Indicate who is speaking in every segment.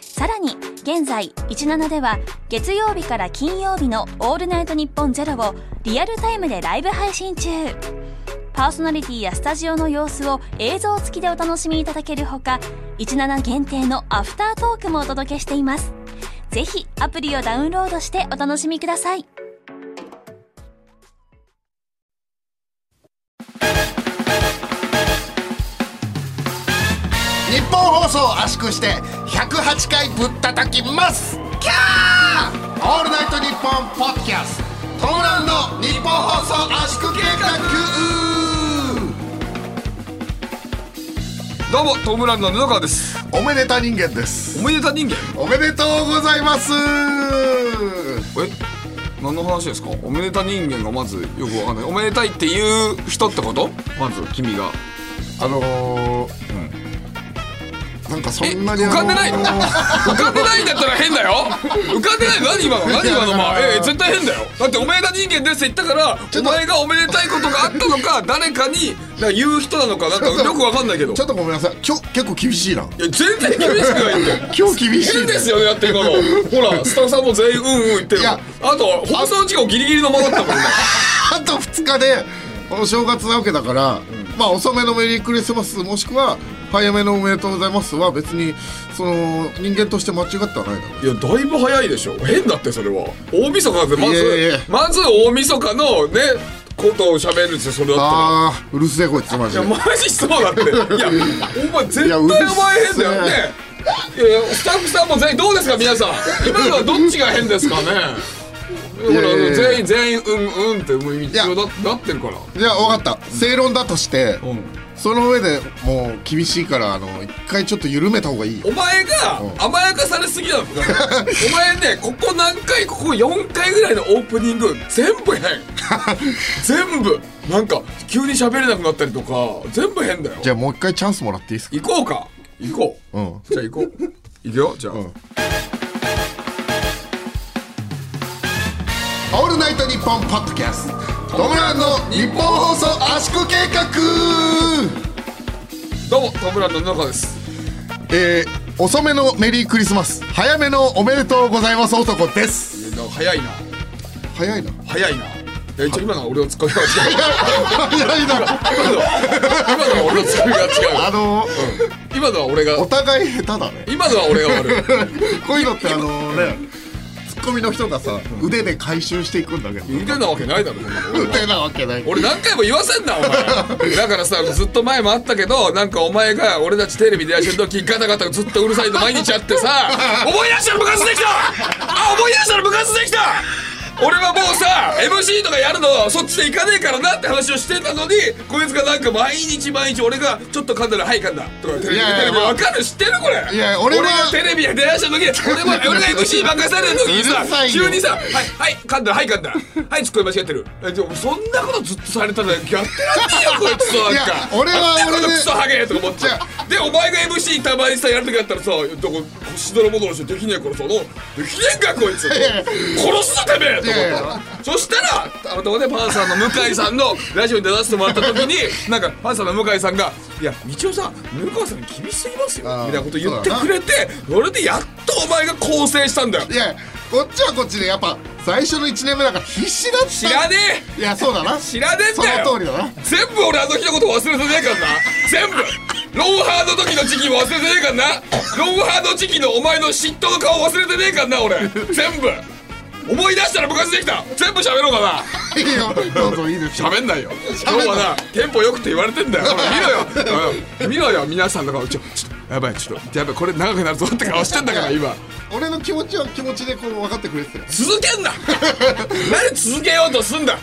Speaker 1: さらに現在17では月曜日から金曜日の「オールナイトニッポンゼロをリアルタイムでライブ配信中パーソナリティやスタジオの様子を映像付きでお楽しみいただけるほか17限定のアフタートークもお届けしていますぜひアプリをダウンロードしてお楽しみください
Speaker 2: 日本放送を圧縮して108回ぶったたきますキャーオールナイトニッポンポッドキャストトムラウンド日本放送圧縮計画
Speaker 3: どうもトムブラウンドの布川です
Speaker 2: おめでた人間です
Speaker 3: おめでた人間
Speaker 2: おめでとうございます
Speaker 3: え何の話ですかおめでた人間がまずよくわかんないおめでたいっていう人ってことまず君が
Speaker 2: あのーなんかそ
Speaker 3: え
Speaker 2: ん
Speaker 3: 浮
Speaker 2: なに
Speaker 3: かんでない
Speaker 2: あ
Speaker 3: 浮
Speaker 2: のー
Speaker 3: かんでないんだったら変だよ浮かんでない何今の何今のまあ
Speaker 2: いやだから
Speaker 3: ええ絶対変だよだっておめでた人間ですって言ったから
Speaker 2: ちょ
Speaker 3: お
Speaker 2: っと
Speaker 3: 前がおめでたいことがあったの か誰かになんか言う人なのかなんか
Speaker 2: ちょっと
Speaker 3: よくわかんないけどい
Speaker 2: ちょっとごめんなさい今日結構厳しいない
Speaker 3: や全然厳しくないって
Speaker 2: 今日厳しい
Speaker 3: 変
Speaker 2: ね
Speaker 3: ですよねやってるからほらスタッフさんも全員うんうん言ってる
Speaker 2: いや
Speaker 3: あと放送時間ギリギリの間だったもんね
Speaker 2: あと2日でお正月なわけだから、まあ遅めのメリークリスマスもしくは早めのおめでとうございますは別にその人間として間違ってはないだろ
Speaker 3: いやだいぶ早いでしょ変だってそれは大晦日でまず
Speaker 2: いやいやいや
Speaker 3: まず大晦日のねことを喋るんですよそれだっ
Speaker 2: あーうるせえこいつマジ
Speaker 3: たらい
Speaker 2: で
Speaker 3: やマジそうだっていやお前絶
Speaker 2: いや
Speaker 3: 対
Speaker 2: う
Speaker 3: お
Speaker 2: るせえ
Speaker 3: 前変だよねいやいやスタッフさんも全員どうですか皆さん今のはどっちが変ですかねほ
Speaker 2: いやいやいや
Speaker 3: ら全員全員うんうんってもう一応ななってるから
Speaker 2: じゃあ分かった正論だとして、
Speaker 3: ん
Speaker 2: その上でもう厳しいからあの一回ちょっと緩めた方がいいよ
Speaker 3: お前が甘やかされすぎなのお前ねここ何回ここ4回ぐらいのオープニング全部変 全部なんか急に喋れなくなったりとか全部変だよ
Speaker 2: じゃあもう一回チャンスもらっていいですか
Speaker 3: 行こうか行こう、
Speaker 2: うん
Speaker 3: じゃあ行こう行くよじゃあ、
Speaker 2: ん「オールナイトニッポン」ポッドキャストトムラウンド日本放送圧縮計画
Speaker 3: どうもトムブラウンドの中です
Speaker 2: えー、遅めのメリークリスマス早めのおめでとうございます男です
Speaker 3: いやな早いな
Speaker 2: 早いな
Speaker 3: 早いなえ一応今のは俺のツッコミが違う
Speaker 2: 早いな
Speaker 3: 今のは今のは俺のツッコミが違
Speaker 2: あの
Speaker 3: う、うん、今のは俺が
Speaker 2: お互い下手だ ね
Speaker 3: 今のは俺が悪い
Speaker 2: こういうのってあのねツッコミの人がさ腕で回収していくんだけど
Speaker 3: 腕なわけないだろこんなの俺は
Speaker 2: 腕なわけない
Speaker 3: 俺何回も言わせんなお前だからさずっと前もあったけどなんかお前が俺たちテレビでやってる時ガタガタずっとうるさいの毎日あってさ思い出したら部活できたあ思い出したら部活できた俺はもうさ MC とかやるのそっちで行かねえからなって話をしてたのにこいつがなんか毎日毎日俺がちょっと噛んだら「はい噛んだ」とかテレビ
Speaker 2: いやいや
Speaker 3: テレビ
Speaker 2: まあ
Speaker 3: わかる知ってるこれ
Speaker 2: いや俺は
Speaker 3: がテレビで出会した時俺は俺が MC 任される時に
Speaker 2: う
Speaker 3: さ
Speaker 2: るさいよ
Speaker 3: 急にさはい、はい、噛んだ、はい、噛んだ。はい、ツッコミ間違ってる。え、でも、そんなことずっとされたら、やってらんねえよ、こいつと、なん
Speaker 2: いや
Speaker 3: か。
Speaker 2: 俺は
Speaker 3: なんだこ
Speaker 2: 俺
Speaker 3: の
Speaker 2: で
Speaker 3: クソハゲとか思っち
Speaker 2: じゃ
Speaker 3: ゃう。で、お前が MC たまにさ、やるときあったらさ、どこ、腰泥戻しできねえからさ、の、できねえんか、こいつ。殺
Speaker 2: やいや
Speaker 3: すぞ、てめえと
Speaker 2: いやいや
Speaker 3: 思ったそしたら、たまたまね、パンさんの向井さんのラジオに出させてもらったときに、なんか、パンさんの向井さんが、いや、道夫さん、向川さん厳しすぎますよ、
Speaker 2: あー
Speaker 3: みたいなこと言ってくれて、それでやっとお前が構成したんだよ。
Speaker 2: いやこっちはこっちでやっぱ最初の1年目だから必死だった
Speaker 3: 知らねえ
Speaker 2: いやそうだな
Speaker 3: 知らねえんだよ
Speaker 2: その通りだな
Speaker 3: 全部俺あの日のこと忘れてねえからな全部ロンハーの時の時期も忘れてねえからなロンハーの時期のお前の嫉妬の顔忘れてねえからな俺全部思い出したら部活できた全部喋ろうかない
Speaker 2: いよどうぞいいですよ
Speaker 3: 喋んないよ今日はなテンポよくって言われてんだよほら見ろよほら見ろよ皆さんの顔ちょちょっとやばいちょっとやばいこれ長くなるぞって顔してんだから今
Speaker 2: 俺の気持ちは気持ちでこう分かってくれてたよ
Speaker 3: 続けん な何続けようとすんだ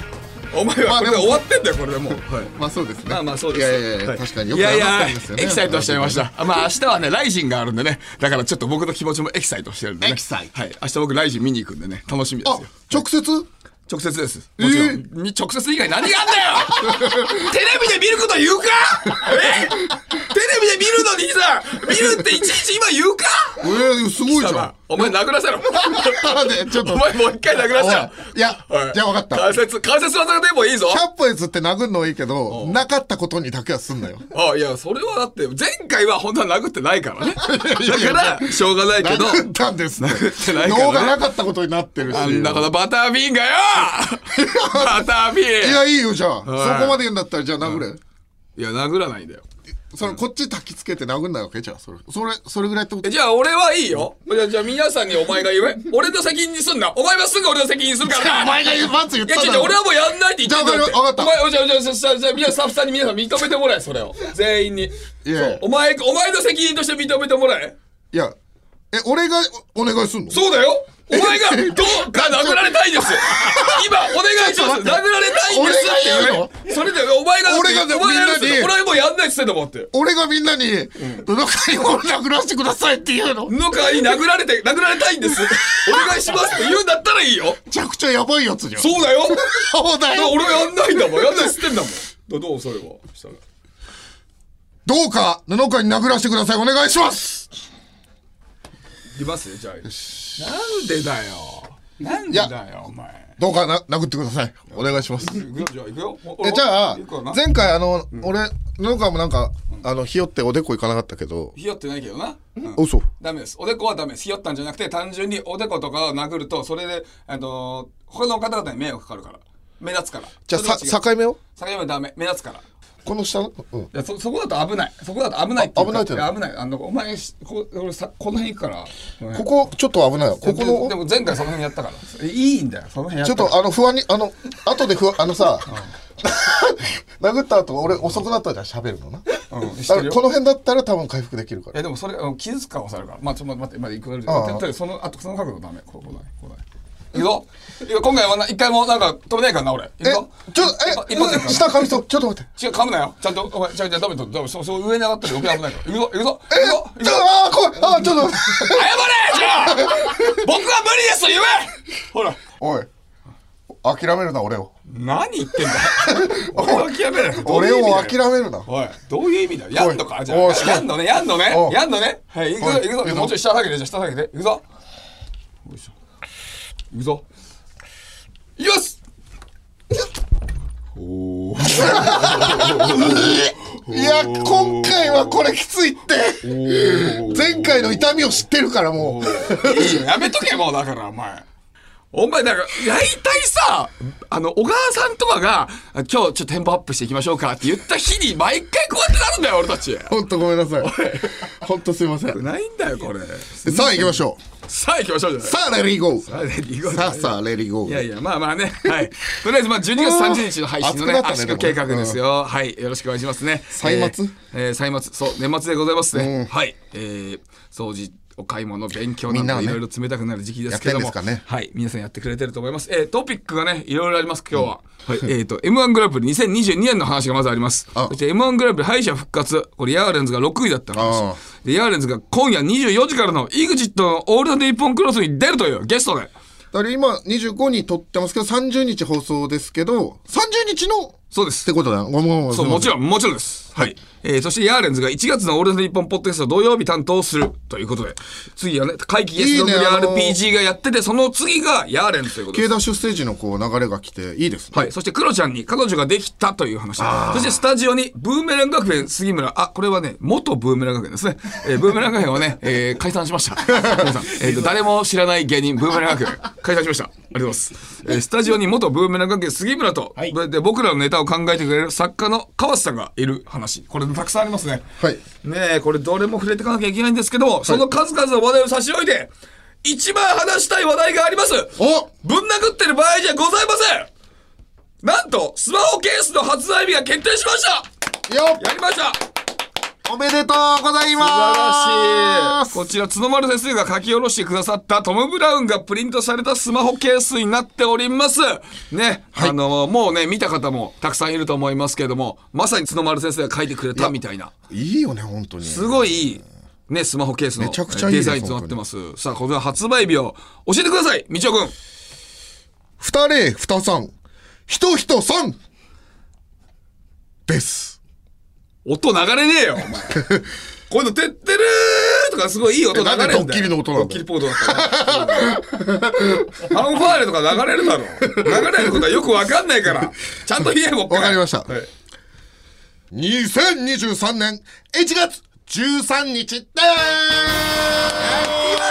Speaker 3: お前
Speaker 2: ま
Speaker 3: は
Speaker 2: あ
Speaker 3: こ
Speaker 2: でも
Speaker 3: れで終わってんだよこれでもう、はい
Speaker 2: まあそうですね
Speaker 3: まあまあそうで
Speaker 2: い
Speaker 3: すよ
Speaker 2: やいやいや、
Speaker 3: はい
Speaker 2: 確かによ
Speaker 3: い
Speaker 2: く
Speaker 3: やい
Speaker 2: 謝っ
Speaker 3: や
Speaker 2: たんですよね
Speaker 3: エキサイトしちゃいましたあまあ明日はねライジンがあるんでねだからちょっと僕の気持ちもエキサイトしてるんでね
Speaker 2: エキサイト
Speaker 3: はい明日僕ライジン見に行くんでね楽しみです
Speaker 2: あ
Speaker 3: よ
Speaker 2: 直接
Speaker 3: 直接です。もちろん。
Speaker 2: え
Speaker 3: に直接以外何があんだよ テレビで見ること言うかえテレビで見るのにさ、見るっていちいち今言うか
Speaker 2: えー、すごいじゃん。
Speaker 3: お前殴らせろ。
Speaker 2: でちょっと
Speaker 3: お前もう一回殴らせろ。
Speaker 2: いや
Speaker 3: おい
Speaker 2: じゃあ分かった
Speaker 3: 関節、関節技でもいいぞ
Speaker 2: キ。ャップエズって殴るのはいいけどなかったことにだけはすんなよ
Speaker 3: あ、いや、それはだって、前回は本当は殴ってないからね。
Speaker 2: いやいや
Speaker 3: だから、しょうがないけど、
Speaker 2: 殴ったんですね
Speaker 3: てないからね
Speaker 2: 脳がなかったことになってるし
Speaker 3: あんなこのバタービーンがよ バタービ
Speaker 2: い
Speaker 3: ーン
Speaker 2: やいいよじゃあそ
Speaker 3: はい
Speaker 2: こまで言うんだったらじゃあ殴れ
Speaker 3: いや、殴らないんだよ。
Speaker 2: そのこっち焚きつけて殴んないわけじゃあそれそれそれぐらいってこ
Speaker 3: え
Speaker 2: と
Speaker 3: じゃあ俺はいいよ。じゃあ、じゃあ皆さんにお前が言え。俺の責任にすんな。お前はすぐ俺の責任にするからな。
Speaker 2: お前が言うまず言っ
Speaker 3: いや、
Speaker 2: た
Speaker 3: 違う
Speaker 2: だ
Speaker 3: 違う、
Speaker 2: ろ
Speaker 3: 俺はもうやんないって言ってんだよ。
Speaker 2: じゃあわかったわかった
Speaker 3: お前、お前じゃあ、じゃあ、じゃあ、じゃあ、皆さんスタッフさんに皆さん認めてもらえ、それを。全員に。
Speaker 2: いやいや
Speaker 3: お前、お前の責任として認めてもらえ。
Speaker 2: いやえ俺がおお願いすんの
Speaker 3: そうだよ。お 前が、どうか殴られたいです。今、お願いします。殴られたいんですって言え
Speaker 2: 俺が言うの
Speaker 3: それで、お前が、
Speaker 2: 俺がね
Speaker 3: お前やるっつって
Speaker 2: みんなに
Speaker 3: 俺はもうやんないっつってんだもんって。
Speaker 2: 俺がみんなに「どの会を殴らせてください」って言うのめ
Speaker 3: のかに殴られて、殴られたいんです。お願いしますって言うんだったらいいよ。
Speaker 2: ちゃくちゃやばいやつじゃん
Speaker 3: そうだよ。
Speaker 2: そうだ
Speaker 3: だから
Speaker 2: よ
Speaker 3: 俺はやんないんだもん。やんないっつってんだもん。だどうそれは。したら
Speaker 2: どうか布川に殴らせてくださいお願いします
Speaker 3: いきますよじゃあなんでだよなんでだよお前
Speaker 2: どうかな殴ってくださいお願いします
Speaker 3: 行くよじゃあ行くよ
Speaker 2: えじゃあ
Speaker 3: 行くよな
Speaker 2: 前回あの、俺布川もなんかあのひよっておでこ行かなかったけど、
Speaker 3: ひよってないけどな、うん
Speaker 2: 嘘
Speaker 3: ダメですおでこはダメですひよったんじゃなくて単純におでことかを殴るとそれであのー他の方々に迷惑かかるから目立つから
Speaker 2: じゃあさ
Speaker 3: 境
Speaker 2: 境目を
Speaker 3: 境目はダメ目立つから
Speaker 2: この下の、うん、
Speaker 3: いやそそこだと危ないそこだと危ないってい
Speaker 2: あ
Speaker 3: うか
Speaker 2: 危ないって
Speaker 3: や危ないあのお前しこ俺さこの辺行くから
Speaker 2: ここちょっと危ないよここ
Speaker 3: で
Speaker 2: の
Speaker 3: も前回その辺やったからいいんだよその辺やっ
Speaker 2: ちょ
Speaker 3: た
Speaker 2: っ
Speaker 3: か
Speaker 2: と
Speaker 3: ら
Speaker 2: あの不安にあの後で不安あのさ 殴った後俺遅くなったじゃん喋るのな
Speaker 3: うん知っ
Speaker 2: あ
Speaker 3: てる
Speaker 2: の
Speaker 3: よ
Speaker 2: この辺だったら多分回復できるか
Speaker 3: い
Speaker 2: ら
Speaker 3: やでもそれあの傷つく可能性あるからまあちょっと待って待って今行く
Speaker 2: ああ
Speaker 3: よとりあえずそのあとその角度ダメこれ来ない来ない行くぞいや今回はな一回もなんか止めないからな俺
Speaker 2: え
Speaker 3: 行くぞ
Speaker 2: ちょ
Speaker 3: 一
Speaker 2: え
Speaker 3: 一発で行くから
Speaker 2: 下髪とちょっと待って
Speaker 3: 違う噛むなよちゃんとお前ちゃんちゃんダメとダメそうそう上に上がったら余計危ないから行くぞ行くぞ
Speaker 2: え
Speaker 3: 行くぞ行く
Speaker 2: ち
Speaker 3: ぞ
Speaker 2: ょっとあー怖いあーちょっと待って
Speaker 3: 謝れじゃあ僕は無理ですと言えほら
Speaker 2: おい諦めるな俺を
Speaker 3: 何言 ってんだ俺を諦めない
Speaker 2: 俺を諦めるな
Speaker 3: おいどういう意味だよやんの
Speaker 2: お
Speaker 3: か
Speaker 2: い
Speaker 3: じゃあ
Speaker 2: おいしかも
Speaker 3: やんのねやんのね
Speaker 2: おう
Speaker 3: やんのねはい行く
Speaker 2: お
Speaker 3: ぞ
Speaker 2: い
Speaker 3: 行く
Speaker 2: 行く
Speaker 3: ぞ
Speaker 2: ぞ
Speaker 3: もうちょい下下げてじゃあ下下げて行くぞよいしょ行くぞよしおお
Speaker 2: いや今回はこれきついって前回の痛みを知ってるからもう
Speaker 3: いいよやめとけもうだからお前お前なんか大体さあの小川さんとかが今日ちょっとテンポアップしていきましょうかって言った日に毎回こうやってなるんだよ俺たち
Speaker 2: 本当ごめんなさい本当すいません
Speaker 3: ないんだよこれ
Speaker 2: さあ行きましょう
Speaker 3: さあ行きましょうじゃない
Speaker 2: さあレリーゴー
Speaker 3: あれ行こう
Speaker 2: さあさあレリーゴ
Speaker 3: いやい
Speaker 2: ー
Speaker 3: や、まあまあね。はい。 とりあえず、まあ、12月30日の配信の
Speaker 2: 暑
Speaker 3: ね、
Speaker 2: くなったね
Speaker 3: 圧縮計画ですよ。はい。よろしくお願いしますね。
Speaker 2: 歳末
Speaker 3: えーえー歳末。そう、年末でございますね。はい。えー掃除。お買い物、勉強
Speaker 2: みんな
Speaker 3: な
Speaker 2: は
Speaker 3: どい
Speaker 2: ね
Speaker 3: ろいろ冷たくなる時期ですけど
Speaker 2: や
Speaker 3: も、
Speaker 2: ってんですかね
Speaker 3: はい、皆さんやってくれてると思います。えートピックがね、いろいろあります、今日は。はい、えっと、M1 グランプリ2022年の話がまずあります。
Speaker 2: あ
Speaker 3: そして M1 グランプリ敗者復活、これヤーレンズが6位だったの
Speaker 2: ああ
Speaker 3: でヤーレンズが今夜24時からの EXIT のオールナイトニッポンクロスに出るというゲストで。
Speaker 2: だから今25に撮ってますけど30日放送ですけど30日のっ
Speaker 3: そうです
Speaker 2: て。ことだよごめんごめん
Speaker 3: そう、もち
Speaker 2: ろん
Speaker 3: ろん、もちろんです。はい。えー、そして、ヤーレンズが1月のオールナイトニッポンポッドキャスト土曜日担当するということで、次はね、会期ゲスト
Speaker 2: いいねあの
Speaker 3: RPG がやってて、その次がヤーレンズということで
Speaker 2: K
Speaker 3: す。
Speaker 2: ダッシュステージのこう流れが来ていいですね
Speaker 3: はい。そして、クロちゃんに彼女ができたという話。そして、スタジオに、ブーメラン学園杉村、あ、これはね、元ブーメラン学園ですね。えー、ブーメラン学園はね、 えー解散しました。皆さん、えーと、誰も知らない芸人、ブーメラン学園、解散しました。ありがとうございます。えースタジオに元ブーメラン学園杉村と、
Speaker 4: い
Speaker 3: で僕らのネタを考えてくれる作家の川瀬さんがいる話。これ、たくさんありますね。
Speaker 2: はい
Speaker 3: ねえ、これどれも触れていかなきゃいけないんですけども、その数々の話題を差し置いて、一番話したい話題があります
Speaker 2: お
Speaker 3: ぶん殴ってる場合じゃございませんなんと、スマホケースの発売日が決定しました
Speaker 2: よ
Speaker 3: やりました
Speaker 2: おめでとうござい
Speaker 3: 素晴
Speaker 2: ま
Speaker 3: ら
Speaker 2: す
Speaker 3: しいこちら、角丸先生が書き下ろしてくださったトム・ブラウンがプリントされたスマホケースになっております。ね、あの、もうね、見た方もたくさんいると思いますけれども、まさに角丸先生が書いてくれたみたいな。
Speaker 2: いいよね本当に
Speaker 3: すごいいい、ね、スマホケースの
Speaker 2: めちゃくちゃいいで
Speaker 3: デ
Speaker 2: す
Speaker 3: ザインとなってます。さあ、この発売日を教えてください、みちおくん。
Speaker 2: 二零二三、ひとひとさんです。
Speaker 3: 音流れねえよ、お 前。こういうの、てってるーとかすごいいい音流れんだよ。
Speaker 2: なんでドッキリの音なの
Speaker 3: ドッキリポートだったなファンファーレとか流れるだろ。流れることはよくわかんないから。ちゃんと言えよ、もう一回
Speaker 2: わかりました
Speaker 3: はい
Speaker 2: 2023年1月13日で
Speaker 3: 来ま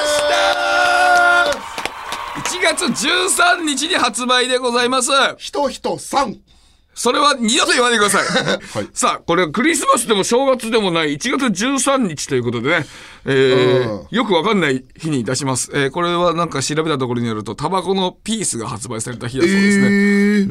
Speaker 3: したー !1 月13日に発売でございます。
Speaker 2: すひとひとさん
Speaker 3: それは二度と言わないでください。
Speaker 2: はい
Speaker 3: さあ、これはクリスマスでも正月でもない1月13日ということでね、え
Speaker 2: うん
Speaker 3: ー、よくわかんない日に出します。えー、これはなんか調べたところによると、タバコのピースが発売された日だそうですね。う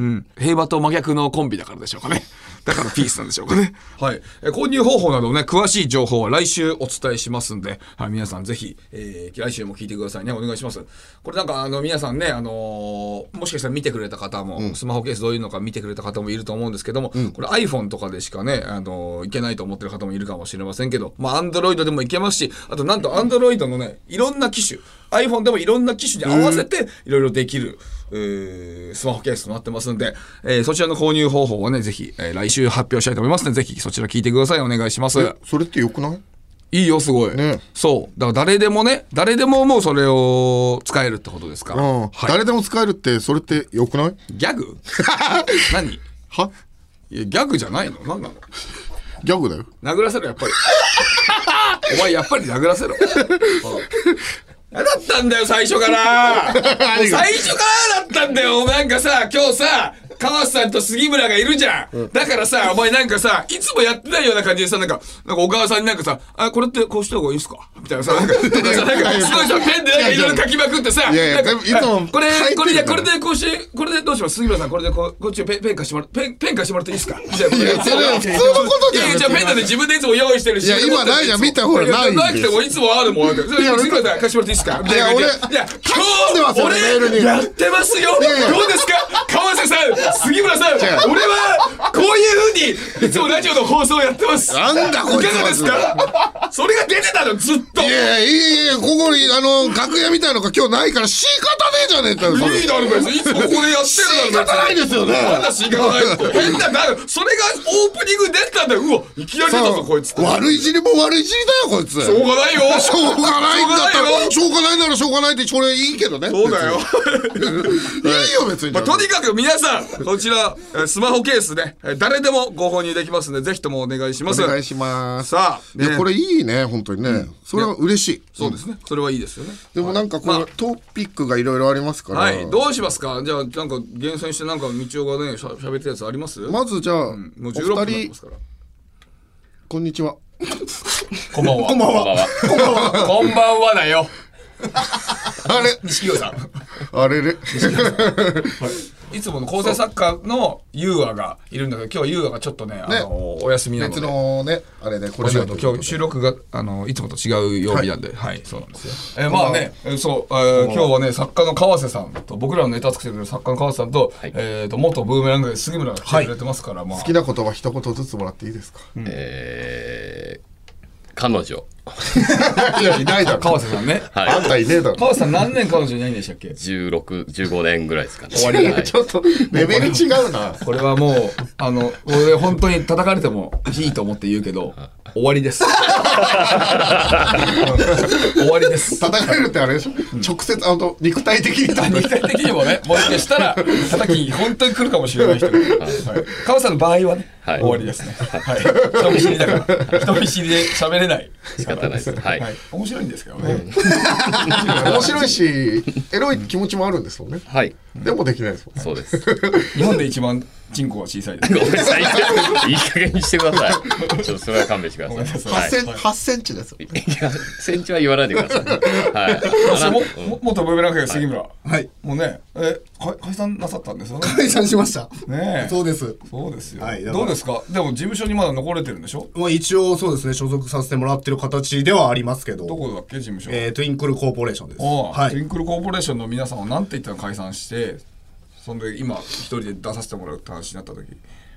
Speaker 3: ん、平和と真逆のコンビだからでしょうかね。 だからピースなんでしょうかね。はい。えー購入方法などね、詳しい情報は来週お伝えしますんで、はい、皆さんぜひ、えー来週も聞いてくださいね。お願いします。これなんか、あの、皆さんね、あのーもしかしたら見てくれた方も、スマホケースどういうのか見てくれた方もいると思うんですけども、これ iPhone とかでしかね、あのーいけないと思ってる方もいるかもしれませんけど、まあ、Android でもいけますし、あとなんと Android のね、いろんな機種、iPhone でもいろんな機種に合わせて、いろいろできる、えースマホケースとなってますんで、えーそちらの購入方法をね、ぜひ、えー来週発表したいと思いますので、ぜひそちら聞いてください。お願いします。
Speaker 2: それってよくない
Speaker 3: いいよ、すごい。
Speaker 2: ね
Speaker 3: そう。だから誰でもね、誰でももうそれを使えるってことですから。
Speaker 2: うん、
Speaker 3: はい、
Speaker 2: 誰でも使えるってそれってよくない
Speaker 3: ギャグ 何い
Speaker 2: は
Speaker 3: や、ギャグじゃないの何なの
Speaker 2: ギャグだよ
Speaker 3: 殴らせろやっぱり お前やっぱり殴らせろ 嫌だったんだよ最初から もう最初からだったんだよなんかさ今日さ川瀬さんと杉村がいるじゃん、だからさお前なんかさいつもやってないような感じでさなんかなんかお母さんになんかさ「あこれってこうした方がいいですか?」み たいなさなんかなんかさなんかすごいさペンでなんかいろいろ書きまくってさ
Speaker 2: いやいや
Speaker 3: なんか
Speaker 2: いやいや全部いつも
Speaker 3: これ
Speaker 2: 書いてる
Speaker 3: これでこ
Speaker 2: から
Speaker 3: れでこうしてこれでどうします杉村さんこれでこうこっちペンペン貸してもらペンペン貸してもらっていいですかみたいなこと
Speaker 2: いやそれは普通のことじゃん
Speaker 3: いやいやペンだって自分でいつも用意してるし
Speaker 2: いや今ないじゃん見たほらないんで
Speaker 3: なくてもいつもあるもんだってそれ
Speaker 2: や
Speaker 3: 杉村さん貸してもらっていいですかみたいな感じ
Speaker 2: いや俺
Speaker 3: いや
Speaker 2: んでますよメール
Speaker 3: 今日俺
Speaker 2: に
Speaker 3: やってますよ
Speaker 2: いやいや
Speaker 3: どうですか川瀬さん杉村さん俺はこういうふうにいつもラジオの放送をやってます
Speaker 2: なんだこいつ
Speaker 3: いかがですかそれが出てたのずっと
Speaker 2: いやいやいやいやここにあの楽屋みたいのが今日ないから仕方ねえじゃねえかよそれ
Speaker 3: いいだろ別にいつもここでやってるだろ別に
Speaker 2: 仕方ないですよね
Speaker 3: まだ仕方ないって変ななそれがオープニング出たんだようわいきなり出たぞこいつ
Speaker 2: さあ悪い尻も悪い尻だよこいつし
Speaker 3: しょうがないよ
Speaker 2: ょうがないんだったら
Speaker 3: し
Speaker 2: しょうがないならしょうがないってこれいいけどね
Speaker 3: そうだよ
Speaker 2: 別にいいよ別に、
Speaker 3: まあ、とにかく皆さん、こちら、えースマホケースね、えー誰でもご購入できますので、ぜひともお願いします。
Speaker 2: お願いします
Speaker 3: さあ、
Speaker 2: いや
Speaker 3: ね
Speaker 2: これいいね本当にね、それは嬉しい
Speaker 3: そうですね。それはいいですよね。
Speaker 2: でもなんかこの、
Speaker 3: まあ
Speaker 2: トピックがいろいろありますから、
Speaker 3: はい、どうしますかじゃあ、なんか厳選して、なんか、道夫がね、しゃ喋ってるやつありますも
Speaker 2: まずじゃあ、
Speaker 3: う
Speaker 2: お
Speaker 3: 16分になって
Speaker 2: 二
Speaker 3: ま
Speaker 2: 人
Speaker 3: すから。
Speaker 2: こんにちは
Speaker 4: こんばんは。こんばんは。こんばんは。こんばんはだよ。
Speaker 2: あれ
Speaker 4: 錦鯉さん。
Speaker 2: あれれ
Speaker 3: いつもの構成作家のユーアがいるんだけど、今日はユーアがちょっとね、あの、お休みなの
Speaker 2: 別
Speaker 3: で。
Speaker 2: のねあれねこ
Speaker 3: お
Speaker 2: れ
Speaker 3: 仕
Speaker 2: だ
Speaker 3: 事今日収録があのいつもと違う曜日なんで、はい、そうなんですよ。えーまあね、えーそう、えー今日はね作家の川瀬さんと僕らのネタ作ってくれる作家の川瀬さんと、えっ、と元ブーメラングで杉村が来てくれてますから、まあ
Speaker 2: 好きな言葉一言ずつもらっていいですか、
Speaker 4: えー、彼女。
Speaker 2: いやいないだろ
Speaker 3: 川瀬さんね。
Speaker 2: あ
Speaker 4: は
Speaker 2: んたいねえだろ
Speaker 3: 川瀬さん何年彼女いないんでしたっけ
Speaker 4: い。？16、15年ぐらいですかね。
Speaker 3: 終わりだね
Speaker 2: ちょっとレベル違うな
Speaker 3: これはもうあの俺本当に叩かれてもいいと思って言うけど終わり です。終わりです。
Speaker 2: 叩かれるってあれでしょ、直接あの肉体的に叩かれ
Speaker 3: 肉
Speaker 2: る
Speaker 3: 体的にもね、もしかしたら、叩き、本当に来るかもしれない人が。はい。川瀬さんの場合はね、
Speaker 4: はい
Speaker 3: 終わりですね。はい。人見知りだから、人見知りで喋れない。
Speaker 4: 仕方ないです。はい。
Speaker 3: はい。面白いんですけどね。
Speaker 2: 面白いしエロい気持ちもあるんですもんね
Speaker 4: はい。
Speaker 2: でもできないですもんね
Speaker 4: そうです。
Speaker 3: 日本で一番、人口は小さいです。
Speaker 4: ごめんなさい。いい加減にしてください。ちょっとそれは勘弁してください。
Speaker 2: 8
Speaker 4: は
Speaker 2: セン8センチですよ
Speaker 4: い。いや、センチは言わないでください。はい。あな
Speaker 3: も
Speaker 4: うん
Speaker 3: も元ブーメランクの杉村。
Speaker 5: はい。
Speaker 3: もうね、え、か解散なさったんですよね。
Speaker 5: 解散しました。
Speaker 3: ねえ
Speaker 5: そうです。
Speaker 3: そうですよ。
Speaker 5: はいだか
Speaker 3: ど
Speaker 5: ら
Speaker 3: うですかでも事務所にまだ残れてるんでしょ
Speaker 5: まあ一応そうですね、所属させてもらってる形ではありますけど。
Speaker 3: どこだっけ事務所。
Speaker 5: えー、トゥインクルコーポレーションです。
Speaker 3: お
Speaker 5: は
Speaker 3: トゥイン
Speaker 5: い。
Speaker 3: クルコーポレーションの皆さんは何て言ったら解散してそんで今一人で出させてもらうって話になった時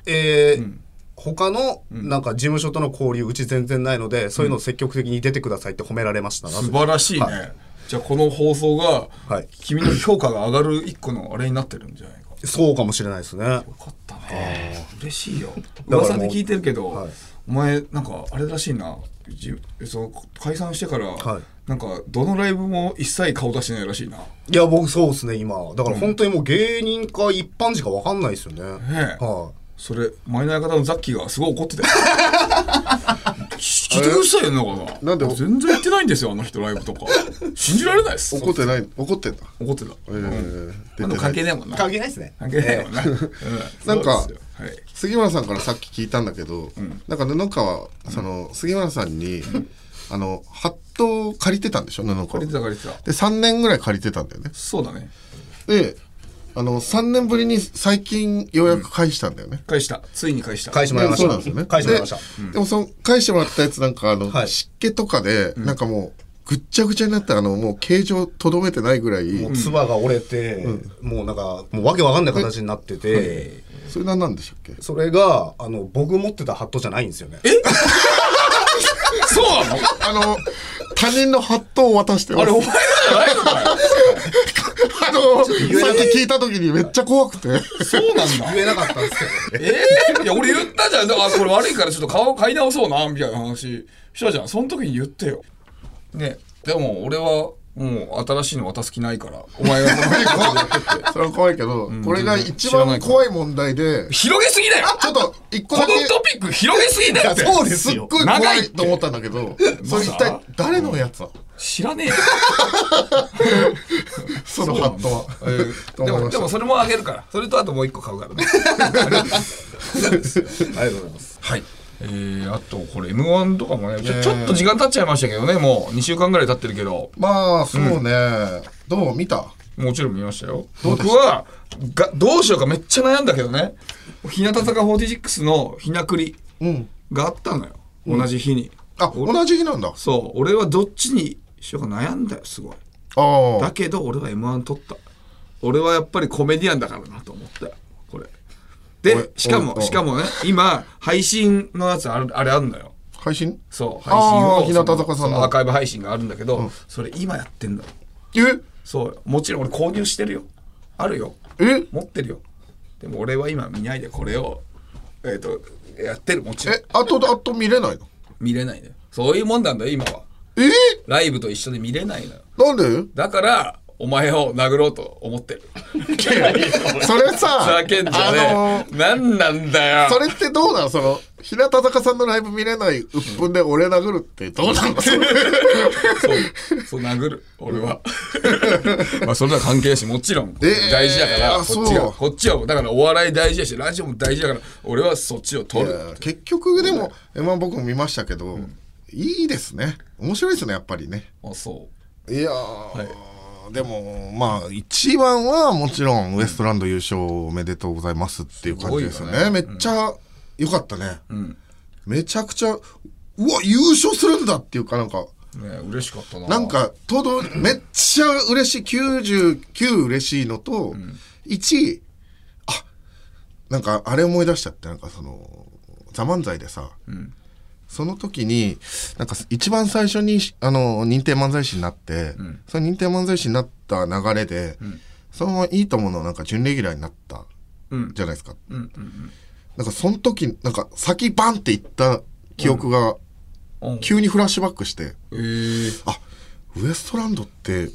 Speaker 5: えー他のなんか事務所との交流うち全然ないので、そういうのを積極的に出てくださいって褒められましたな
Speaker 3: 素晴らしいね、
Speaker 5: はい
Speaker 3: じゃあこの放送が
Speaker 5: はい
Speaker 3: 君の評価が上がる一個のあれになってるんじゃないか
Speaker 5: そうかもしれないですね。
Speaker 3: よかったね嬉しいよ
Speaker 5: らもう
Speaker 3: 噂で聞いてるけど、
Speaker 5: はい
Speaker 3: お前なんかあれらしいなじその解散してから、
Speaker 5: はい
Speaker 3: なんかどのライブも一切顔出してないらしいない
Speaker 5: や、僕そうですね、今。だから本当にもう芸人か一般人か分かんないですよね。
Speaker 3: ねえ
Speaker 5: は。
Speaker 3: それマイナー方のザッキーがすごい怒ってたよ 聞いてくださいよなんか
Speaker 2: なんで
Speaker 3: 全然行ってないんですよあの人ライブとか信じられないです
Speaker 2: 怒ってない怒ってんだ、
Speaker 3: 怒ってた
Speaker 2: えー
Speaker 3: あ
Speaker 2: 出
Speaker 3: の
Speaker 2: てな
Speaker 3: 関
Speaker 2: い
Speaker 3: 係ないもんない
Speaker 5: 関係ないですね。
Speaker 3: 関係ないもんな、うん
Speaker 2: なんか
Speaker 3: そうですよはい
Speaker 2: 杉村さんからさっき聞いたんだけど、なんか布川その杉村さん に、あのハットを借りてたんでしょ布川
Speaker 3: 借りてた借りてた
Speaker 2: で3年ぐらい借りてたんだよね
Speaker 3: そうだね
Speaker 2: であの3年ぶりに最近ようやく返したんだよね、
Speaker 3: 返したついに返した
Speaker 5: 返してもらいまし
Speaker 2: そう
Speaker 5: た。
Speaker 2: なんですよね。
Speaker 5: 返してもらいました。
Speaker 2: ででもその返してもらったやつなんかあの、
Speaker 5: はい
Speaker 2: 湿気とかでなんかもうぐっちゃぐちゃになったあのもう形状とどめてないぐらい、
Speaker 5: もう唾が折れて、もうなんか、もうわけわかんない形になってて、
Speaker 2: それなんなんでしたっけ
Speaker 5: それが、あの、僕持ってたハットじゃないんですよね。
Speaker 3: そうなの
Speaker 2: あの他人のハットを渡してます
Speaker 3: あれお前のじゃないのかよ
Speaker 2: あの、さっき聞いた時にめっちゃ怖くて。
Speaker 3: そうなんだ
Speaker 5: 言えなかったんですけどね。
Speaker 3: ええ いや俺言ったじゃんだからこれ悪いからちょっと顔買い直そうなみたいな話したじゃんその時に言ってよねでも俺はもう新しいの渡す気ないからお前がこのことやっ てって
Speaker 2: それは怖いけど、これが一
Speaker 3: 知らな
Speaker 2: 番
Speaker 3: いから
Speaker 2: 怖い問題で、
Speaker 3: 広げすぎだよ
Speaker 2: ちょっと一個
Speaker 3: この
Speaker 2: だけ、
Speaker 3: トピック広げすぎだよって
Speaker 5: そうです
Speaker 2: すっ
Speaker 5: よ。
Speaker 2: ごい怖いと思ったんだけど、それ一
Speaker 3: まだ
Speaker 2: 体誰のやつだ
Speaker 3: 知らねえよ
Speaker 2: そのハットは。と
Speaker 3: で
Speaker 2: 思いま
Speaker 3: も
Speaker 2: した
Speaker 3: でもそれもあげるからそれとあともう一個買う からね
Speaker 5: ありがとうございます。
Speaker 3: はいえー、あとこれ m 1とかもねちょちょっと時間経っちゃいましたけどねもう2週間ぐらい経ってるけど
Speaker 2: まあ、そうね。どう見た
Speaker 3: もちろん見ましたよ。僕はがどうしようかめっちゃ悩んだけどね。日向坂46のひなくり
Speaker 2: うん。
Speaker 3: があったのよ。同じ日に。
Speaker 2: あ、同じ日なんだ。
Speaker 3: そう、俺はどっちにしようか悩んだよ、すごい。
Speaker 2: あ
Speaker 3: だ
Speaker 2: あ。
Speaker 3: けど俺は M1 取った。俺はやっぱりコメディアンだからなと思ったよ、これ。
Speaker 2: お
Speaker 3: で
Speaker 2: い、
Speaker 3: しか
Speaker 2: お
Speaker 3: も、
Speaker 2: い
Speaker 3: しかもね、今、配信のやつある、あれあるのよ。
Speaker 2: 配信
Speaker 3: そう、配信
Speaker 2: あー
Speaker 3: を。
Speaker 2: 日向坂さんの
Speaker 3: そのアーカイブ配信があるんだけど、それ今やってんだよ。
Speaker 2: え
Speaker 3: そうよもちろん俺購入してるよ。あるよ。
Speaker 2: え
Speaker 3: 持ってるよでも俺は今見ないでこれをえっ、とやってるもちろん
Speaker 2: え、あと、あと見れないの
Speaker 3: 見れないねそういうもんなんだよ今は
Speaker 2: え
Speaker 3: ライブと一緒で見れないのよ
Speaker 2: なんで
Speaker 3: だからお前を殴ろうと 思ってる
Speaker 2: それ
Speaker 3: ふ
Speaker 2: さ、
Speaker 3: ざけんじゃねえ、
Speaker 2: あの、
Speaker 3: 何なんだよ
Speaker 2: それってどうなのその、日向坂さんのライブ見れない鬱憤で俺殴るってどうなの
Speaker 3: そうそう殴る俺 はまあそれは関係だしもちろん
Speaker 2: えー
Speaker 3: 大事だから、
Speaker 2: あ
Speaker 3: こっち
Speaker 2: そ
Speaker 3: が
Speaker 2: う
Speaker 3: こっちはだからお笑い大事だしラジオも大事だから俺はそっちを取
Speaker 2: い
Speaker 3: る
Speaker 2: や結局でも、まあ僕も見ましたけど、いいですね。面白いですね、やっぱりね。
Speaker 3: あそう
Speaker 2: いやー、でも、まあ、一番はもちろん、ウエストランド優勝おめでとうございますっていう感じですよね。
Speaker 3: すごいよ
Speaker 2: めっちゃ良かったね、めちゃくちゃ、うわ、優勝するんだっていうかなんか、
Speaker 3: ね嬉しかったな
Speaker 2: なんか、とど、めっちゃ嬉しい、99嬉しいのと、1、あ、なんか、あれ思い出しちゃって、なんかその、ザ・漫才でさ、その時に、なんか一番最初に、あの、認定漫才師になって、その認定漫才師になった流れで、そのままいいとものなんか準レギュラーになった、
Speaker 3: うん
Speaker 2: じゃないですか。
Speaker 3: うんうん
Speaker 2: なんかその時、なんか先バンっていった記憶が、
Speaker 3: うんうん
Speaker 2: 急にフラッシュバックして、
Speaker 3: えー
Speaker 2: あウエストランドって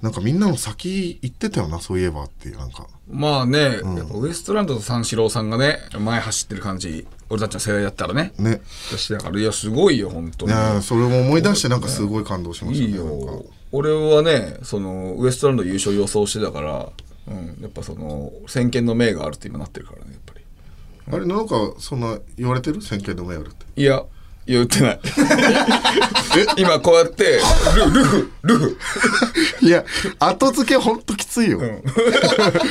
Speaker 2: なんかみんなの先行ってたよなそういえばっていうなんか
Speaker 3: まあね、やっぱウエストランドと三四郎さんがね前走ってる感じ俺たちの世代だったらね
Speaker 2: ね
Speaker 3: 私だからいやすごいよ本当
Speaker 2: い
Speaker 3: に
Speaker 2: やーそれも思い出してなんかすごい感動しましたね
Speaker 3: いい
Speaker 2: なん
Speaker 3: よ
Speaker 2: か
Speaker 3: 俺はねそのウエストランド優勝予想してたから、うん、やっぱその先見の明があるって今なってるからねやっぱり
Speaker 2: あれなんかそんな言われてる先見の目やるって
Speaker 3: いや言っ てない今こうやってルルフルフ
Speaker 2: いや後付けほんときついよ、
Speaker 3: い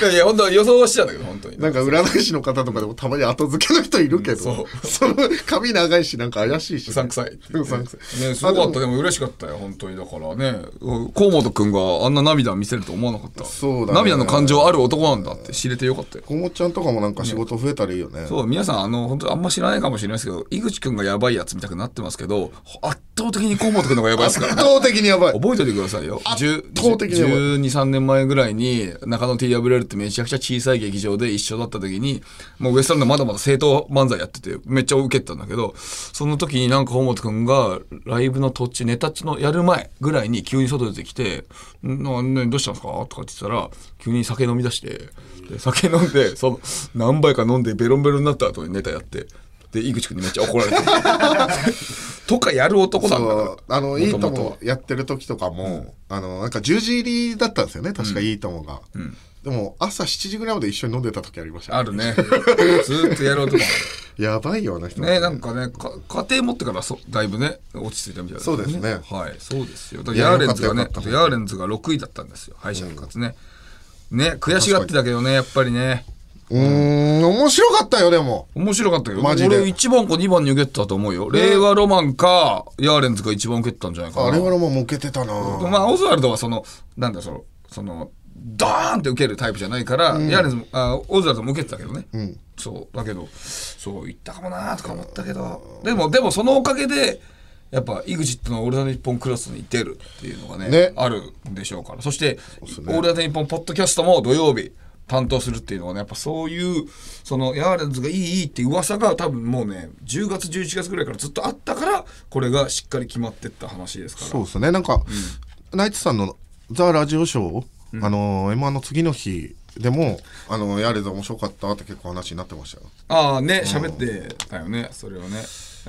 Speaker 3: やいや本当予想してたんだけど本当に
Speaker 2: なんか占い師の方とかでもたまに後付けの人いるけど、
Speaker 3: そ
Speaker 2: その髪長いしなんか怪しいし、
Speaker 3: うさんくさいって言
Speaker 2: う
Speaker 3: って
Speaker 2: さん
Speaker 3: ね
Speaker 2: くさい
Speaker 3: ねすごか
Speaker 2: あ
Speaker 3: っ
Speaker 2: でも
Speaker 3: たでも嬉しかったよ本当にだからねうん河本君があんな涙見せると思わなかった
Speaker 2: そうだね
Speaker 3: 涙の感情ある男なんだって知れてよかったよ
Speaker 2: こもちゃんとかもなんか仕事増えたらいいよね
Speaker 3: そう皆さんあの本当あんま知らないかもしれないですけど井口君がやばいやつみたくなってますけどほ圧倒的に河本くんの方がやばいですから
Speaker 2: 圧倒的にやばい。
Speaker 3: 覚えておいてくださいよ。10
Speaker 2: 倒的にやばい
Speaker 3: 12、3年前ぐらいに、中野 TWL ってめちゃくちゃ小さい劇場で一緒だった時に、もうウエストランドまだまだ正統漫才やってて、めっちゃ受けてたんだけど、その時になんか、本くんが、ライブの途中、ネタのやる前ぐらいに急に外出てきて、んなね、どうしたんですかとかって言ってたら、急に酒飲み出して、で酒飲んで、その、何杯か飲んでベロンベロンになった後にネタやって、で、井口くんにめっちゃ怒 られて。とかやる男なんだから
Speaker 2: そうあの、いいと
Speaker 3: 元々は
Speaker 2: もやってる時とかも、あの、なんか10時入りだったんですよね、確かいいともが。でも、朝7時ぐらいまで一緒に飲んでた時ありました
Speaker 3: あ
Speaker 2: ね。
Speaker 3: るね。ずーっとやろうとか。
Speaker 2: やばいよ、あの人。
Speaker 3: ね、なんかね、か家庭持ってからそだいぶね、落ち着いたみたいな、
Speaker 2: そうですね
Speaker 3: はい、そうですよ。だ
Speaker 2: いや
Speaker 3: ヤーレンズが
Speaker 2: よ
Speaker 3: ね
Speaker 2: かったよかっ、た
Speaker 3: ヤーレンズが6位だったんですよ、敗者復活ね。ね、悔しがってたけどね、やっぱりね。
Speaker 2: うーん、面白かったよ、でも。
Speaker 3: 面白かったけど、
Speaker 2: マジで
Speaker 3: 俺1番か2番に受けてたと思うよ。令和ロマンか、ヤーレンズが一番受けてたんじゃないかな。
Speaker 2: あれはもう儲けてたな
Speaker 3: まあ、オズワルドはその、なんだその、その、ドーンって受けるタイプじゃないから、ヤーレンズも、あオズワルドも受けてたけどね。そう、だけど、そう、言ったかもなーとか思ったけど、でも、でもそのおかげで、やっぱ、イグジットのオールナイトニッポンクラスに出るっていうのがね、
Speaker 2: ね
Speaker 3: あるんでしょうから。そして、オールナイトニッポンポッドキャストも土曜日担当するっていうのはね、やっぱそういう、その、ヤーレンズがいいいいって噂が多分もうね、10月、11月ぐらいからずっとあったから、これがしっかり決まってった話ですから。
Speaker 2: そうですねなんか、ナイツさんの「ザ・ラジオショー」あの m 1の次の日でも「あのやれど面白かった」って結構話になってましたよ
Speaker 3: ああね喋ってたよねそれはね、え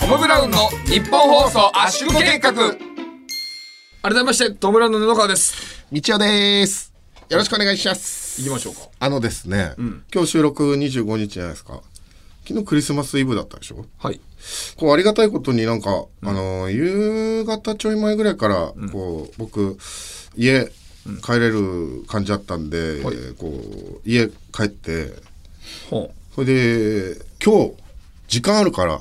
Speaker 3: トム・ブラウンの日本放送圧縮計画改めましてトム・ブラウンの布川です
Speaker 2: みちおですよろしくお願いします
Speaker 3: 行きましょうか
Speaker 2: あのですね、今日収録25日じゃないですか昨日クリスマスイブだったでしょ
Speaker 3: はい
Speaker 2: こうありがたいことになんか、あの夕方ちょい前ぐらいからこう、僕家帰れる感じだったんで、
Speaker 3: はい
Speaker 2: こう家帰って
Speaker 3: ほ
Speaker 2: それで今日時間あるから、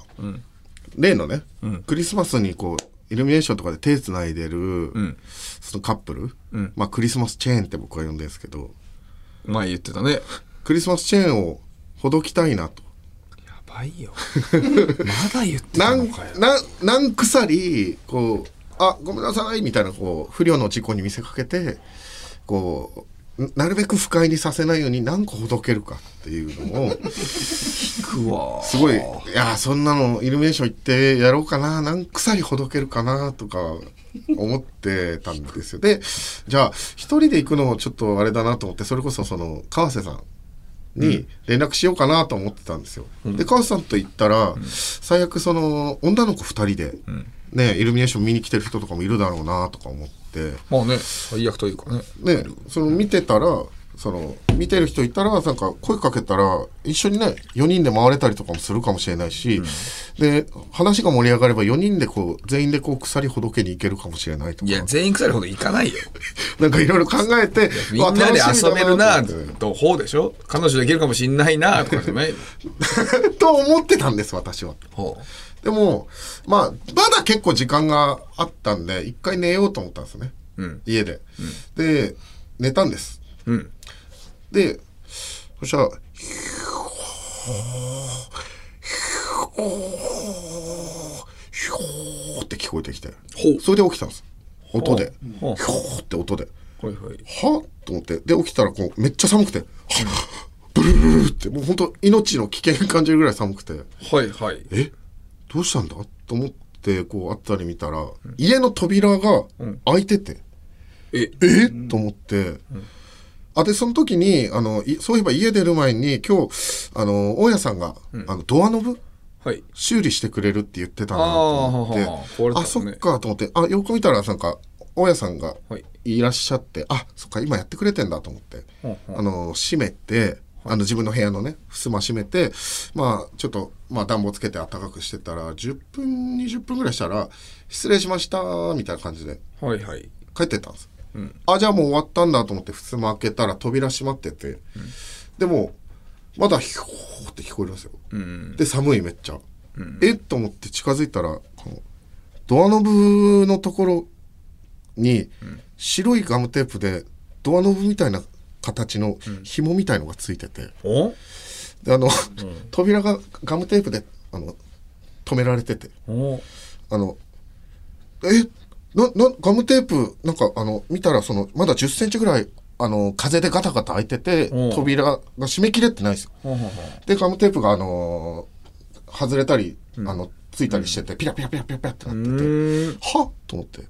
Speaker 2: 例のね、クリスマスにこうイルミネーションとかで手つないでる、
Speaker 3: ん
Speaker 2: そのカップル、まあ、クリスマスチェーンって僕は呼んでるんですけど
Speaker 3: う前言ってたねや
Speaker 2: クリスマスチェーンをほどきたいなと。
Speaker 3: ばい よまだ言って
Speaker 2: なん、なん、なんくさり、こう、あ、ごめんなさい、みたいな、こう、不慮の事故に見せかけて、こう、んなるべく不快にさせないように何個ほどけるかっていうのを、
Speaker 3: くわ
Speaker 2: すごい、いやー、そんなのイルミネーション行ってやろうかな、何くさりほどけるかな、とか、思ってたんですよ。で、じゃあ、一人で行くのもちょっとあれだなと思って、それこそその、川瀬さんに連絡しようかなと思ってたんですよ。で川瀬さんと行ったら、最悪その女の子2人で、ね、イルミネーション見に来てる人とかもいるだろうなとか思って、
Speaker 3: まあね最悪というかね
Speaker 2: ね、その見てたらその見てる人いたらなんか声かけたら一緒にね4人で回れたりとかもするかもしれないし、で話が盛り上がれば4人でこう全員でこう鎖ほどけに行けるかもしれないと
Speaker 3: い
Speaker 2: か
Speaker 3: や全員腐るほどいかないよ
Speaker 2: なんかいろいろ考えて
Speaker 3: みんなで
Speaker 2: わ楽し
Speaker 3: 遊
Speaker 2: み
Speaker 3: べるな
Speaker 2: と思っ て
Speaker 3: とほうでしょ彼女できるかもしんないなとかじゃない
Speaker 2: と思ってたんです私は。
Speaker 3: ほう
Speaker 2: でも、まあ、まだ結構時間があったんで、一回寝ようと思ったんですね。
Speaker 3: うん
Speaker 2: 家で、で、寝たんです。
Speaker 3: うん
Speaker 2: で、そしたら、ひょー、ひょー、ひょーって聞こえてきて。
Speaker 3: ほう
Speaker 2: それで起きたんです。音で。ひ
Speaker 3: ほ
Speaker 2: ょ
Speaker 3: う
Speaker 2: ーって音で。
Speaker 3: ほいほい
Speaker 2: はと思って。で、起きたらこう、めっちゃ寒くて、はブルルルルって、もう本当命の危険感じるぐらい寒くて。
Speaker 3: はいはい
Speaker 2: えどうしたんだと思ってこうあったり見たら、家の扉が開いてて、
Speaker 3: え
Speaker 2: えと思って、あでその時にあのいそういえば家出る前に今日あの大家さんが、あのドアノブ
Speaker 3: はい
Speaker 2: 修理してくれるって言ってたなと思って
Speaker 3: あーははは壊れた
Speaker 2: あ
Speaker 3: んです
Speaker 2: そ
Speaker 3: ね
Speaker 2: っかと思ってあよく見たらなんか大家さんが
Speaker 3: はい
Speaker 2: いらっしゃって、あそっか今やってくれてんだと思って、
Speaker 3: ほうほう
Speaker 2: あの閉めてあの自分の部屋のね襖閉めてまあちょっと、まあ、暖房つけて暖かくしてたら10分20分ぐらいしたら「失礼しました」みたいな感じで
Speaker 3: はいはい
Speaker 2: 帰ってったんです、あじゃあもう終わったんだと思って襖開けたら扉閉まってて、でもまだひょーって聞こえるんですよ、で寒いめっちゃ、えっと思って近づいたらこのドアノブのところに白いガムテープでドアノブみたいな形の紐みたいのがついてて、
Speaker 3: お
Speaker 2: であの、扉がガムテープであの止められてて
Speaker 3: お
Speaker 2: あの、え、な、な、ガムテープ、なんか、あの、見たら、その、まだ10センチぐらい、あの、風でガタガタ開いてて、
Speaker 3: うん
Speaker 2: 扉が閉め切れてないんですよ。
Speaker 3: ほうほうほ
Speaker 2: で、ガムテープが、あのー外れたり、あの、ついたりしてて、ピラピラピラピラピラってな
Speaker 3: うう
Speaker 2: ってて、
Speaker 3: ーん
Speaker 2: はと思って、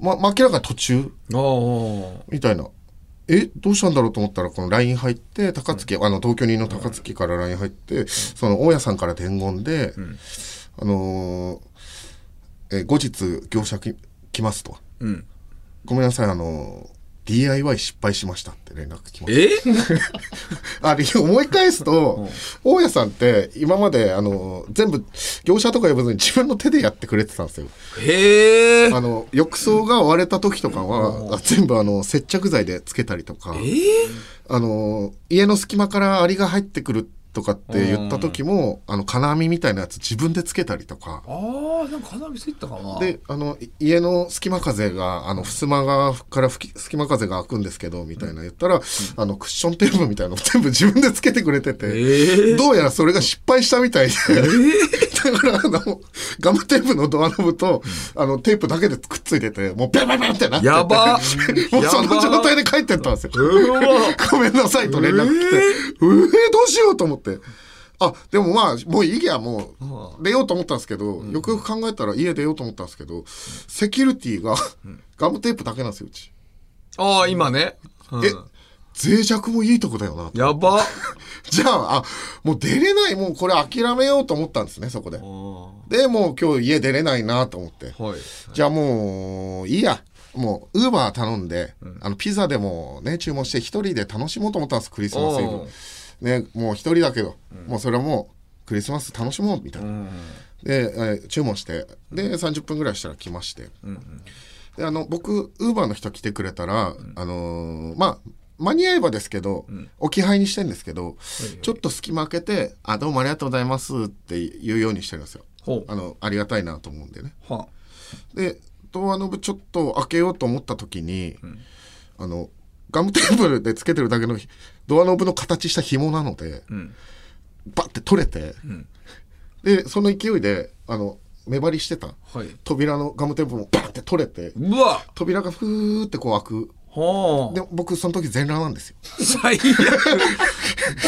Speaker 2: ま、明らかに途中
Speaker 3: ああ
Speaker 2: みたいな。えどうしたんだろうと思ったらこの LINE 入って高槻、あの同居人の高槻から LINE 入って、その大家さんから伝言で、あのーえ後日業者き来ますと、
Speaker 3: ん
Speaker 2: ごめんなさいあのー DIY 失敗しましたって連絡来まし
Speaker 3: え
Speaker 2: た。あれ、思い返すと、大家さんって今まで、あのー、全部、業者とか呼ばずに自分の手でやってくれてたんですよ。
Speaker 3: へえ
Speaker 2: あの、浴槽が割れた時とかは、あ全部あの、接着剤でつけたりとか、あの、家の隙間からアリが入ってくるとかって言った時も、あの、金網みたいなやつ自分でつけたりとか、
Speaker 3: ああなんか花火ついてたかな
Speaker 2: で、あの、い家の隙間風が、あの、襖が、から吹き、隙間風が開くんですけど、みたいな言ったら、あの、クッションテープみたいなのを 全部自分でつけてくれてて、どうやらそれが失敗したみたいで、 だから、あの、ガムテープのドアノブと、あの、テープだけでくっついてて、もう、ビャンビャンビャンってなってて
Speaker 3: やば
Speaker 2: もうその状態で帰ってったんですよ。 ごめんなさいと連絡来て、うえー、どうしようと思って。あ、でもまあ、もういいや、もう、出ようと思ったんですけど、よくよく考えたら家出ようと思ったんですけど、セキュリティが、ガムテープだけなんですよ、うち。
Speaker 3: ああ今ね、うん
Speaker 2: え、脆弱もいいとこだよな。
Speaker 3: やば
Speaker 2: じゃあ、あ、もう出れない、もうこれ諦めようと思ったんですね、そこで。で、もう今日家出れないなと思って。
Speaker 3: はい
Speaker 2: じゃあもう、いいや。もう、ウーバー頼んで、あの、ピザでもね、注文して一人で楽しもうと思ったんです、クリスマスイ
Speaker 3: おう
Speaker 2: ブ。ね、もう一人だけど、もうそれはもう、クリスマス楽しもう、みたいな。で、えー注文して、で、30分ぐらいしたら来まして。で、あの、僕、ウーバーの人来てくれたら、あのーまあ、間に合えばですけど、置き配にしてんですけど、ちょっと隙間開けて、あ、どうもありがとうございますって言うようにしてるんですよ。
Speaker 3: ほう
Speaker 2: あの、ありがたいなと思うんでね。
Speaker 3: は
Speaker 2: でドアノブちょっと開けようと思った時に、あのガムテーブルでつけてるだけのひドアノブの形した紐なので、バッて取れて、でその勢いであの目張りしてた、
Speaker 3: はい
Speaker 2: 扉のガムテーブルもバッて取れて
Speaker 3: うわ
Speaker 2: 扉がふーってこう開く
Speaker 3: は
Speaker 2: で僕その時全裸なんですよ
Speaker 3: あ最悪